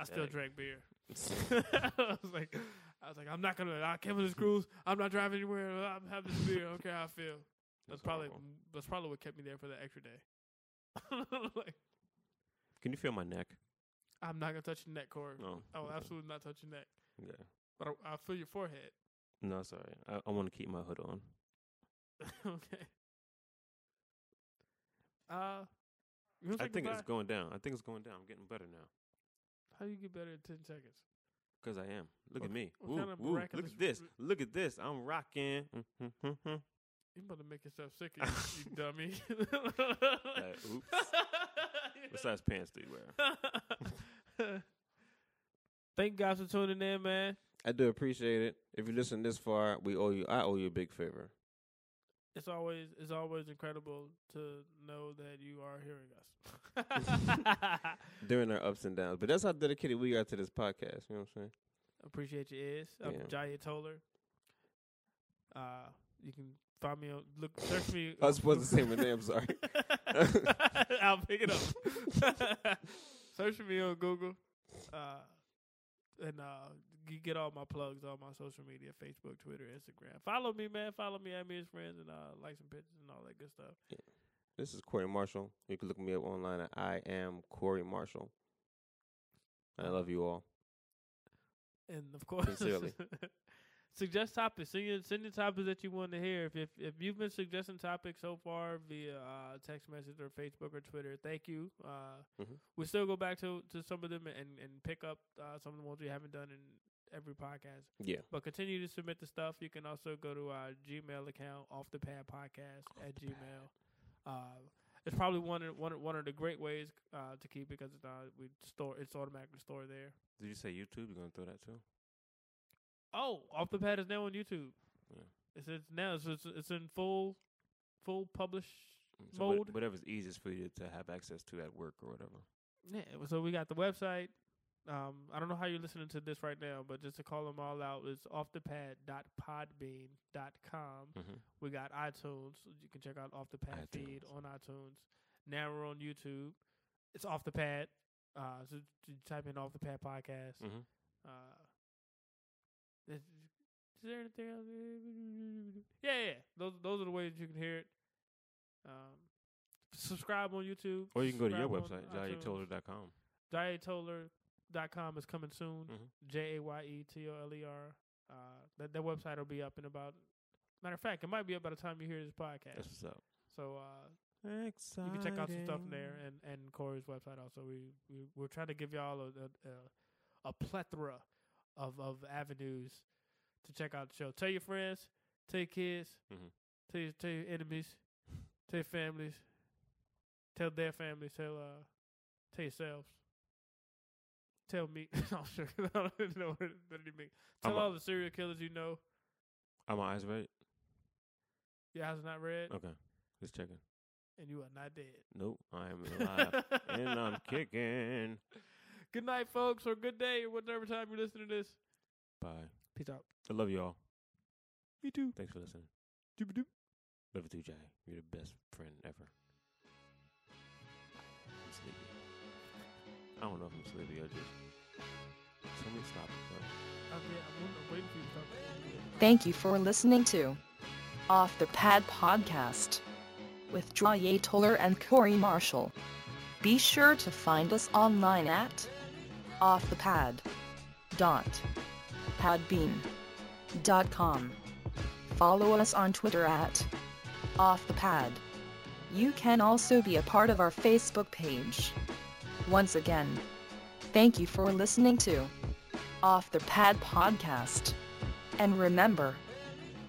I still
Dang.
drank beer. I was like, I was like, I'm not gonna. I came on this cruise. I'm not driving anywhere. I'm having this beer. I don't care how I feel. That's,
That's
probably
horrible.
that's probably what kept me there for the extra day. like,
Can you feel my neck?
I'm not gonna touch your neck, Corey.
No.
Oh,
okay.
absolutely not touch your neck.
Yeah.
But I, I feel your forehead.
No, sorry. I, I want to keep my hood on.
okay. Uh, you wanna
I
say
think it's
goodbye?
going down. I think it's going down. I'm getting better now
How do you get better in ten seconds?
because I am. Look
What-
at me.
what
Ooh,
kind of
ooh, look
miraculous
at this.
re-
Look at this. I'm rocking. Mm-hmm.
You about to make yourself sick, you, you dummy.
Like, oops. What size pants do you wear?
Thank guys for tuning in, man.
I do appreciate it. If you listen this far, we owe you. I owe you a big favor.
It's always it's always incredible to know that you are hearing us.
during our ups and downs. But that's how dedicated we are to this podcast. You know what I'm saying?
Appreciate your ears. I'm
Yeah.
Jaya Toller. Uh, you can find me on look search me.
I was supposed to say my name. I'm sorry.
I'll pick it up. Search for me on Google. Uh, and uh, you get all my plugs, all my social media, Facebook, Twitter, Instagram. Follow me, man. Follow me at me as friends and uh, like some pictures and all that good stuff.
This is Corey Marshall. You can look me up online at I am Corey Marshall. I love you all.
And of course,
Sincerely.
suggest topics. Send your, send your topics that you want to hear. If, if if you've been suggesting topics so far via uh, text message or Facebook or Twitter, thank you. Uh,
Mhm.
We still go back to, to some of them and, and pick up uh, some of the ones we haven't done in every podcast.
Yeah.
But continue to submit the stuff. You can also go to our Gmail account, off the pad podcast at Gmail. Uh, it's probably one of, one of, one of the great ways uh, to keep because uh, we store it's automatically stored there.
Did you say YouTube? You're gonna throw that too?
Oh, off the pad is now on YouTube.
Yeah.
It's, it's now it's, it's it's in full full publish.
Mm, So what-
Mode.
whatever's easiest for you to have access to at work or whatever.
Yeah, Uh, so we got the website. Um, I don't know how you're listening to this right now, but just to call them all out, it's off the pad dot podbean dot com.
Mm-hmm.
We got iTunes. so You can check out Off the Pad feed
iTunes.
on iTunes. Now we're on YouTube. It's Off the Pad. Uh, so j- type in Off the Pad podcast.
Mm-hmm.
Uh, is, is there anything else? Yeah, yeah. Those those are the ways you can hear it. Um, subscribe on YouTube.
Or you can go to your
subscribe
website,
on iTunes.
jaytoler.com.
JayeToler.com is coming soon.
Mhm.
J A Y E T O L E R. Uh, that that website will be up in about. Matter of fact, it might be up by the time you hear this podcast.
That's what's up.
So uh,
Exciting.
you can check out some stuff from there and and Corey's website also. We we we're trying to give y'all a a, a plethora of of avenues to check out the show. Tell your friends, tell your kids,
Mhm.
tell your, tell your enemies, tell your families, tell their families, tell uh tell yourselves. Tell me, I'm sure I don't even know what it what it means.
I'm
Tell
a-
all the serial killers you know.
Are my eyes red?
Your eyes are not red,
Okay. Just checking.
and you are not dead.
Nope. I am alive. and I'm kicking.
Good night, folks, or good day, or whatever time you listen to this.
Bye.
Peace out.
I love you all.
Me too.
Thanks for listening.
Doop-a-doop.
Love you too, Jay. You're the best friend ever. I'm sleepy. I don't know if I'm sleepy or just. Somebody stop it, bro.
I'm, yeah, I'm, I'm waiting for you to talk.
Thank you for listening to Off the Pad Podcast with Draye Toller and Corey Marshall. Be sure to find us online at offthepad.padbean.com. Follow us on Twitter at offthepad. You can also be a part of our Facebook page. Once again, thank you for listening to Off the Pad Podcast. And remember,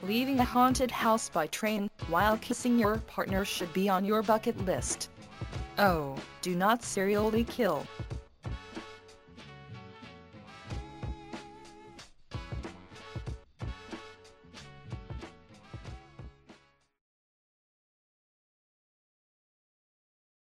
leaving a haunted house by train while kissing your partner should be on your bucket list. Oh, do not serially kill.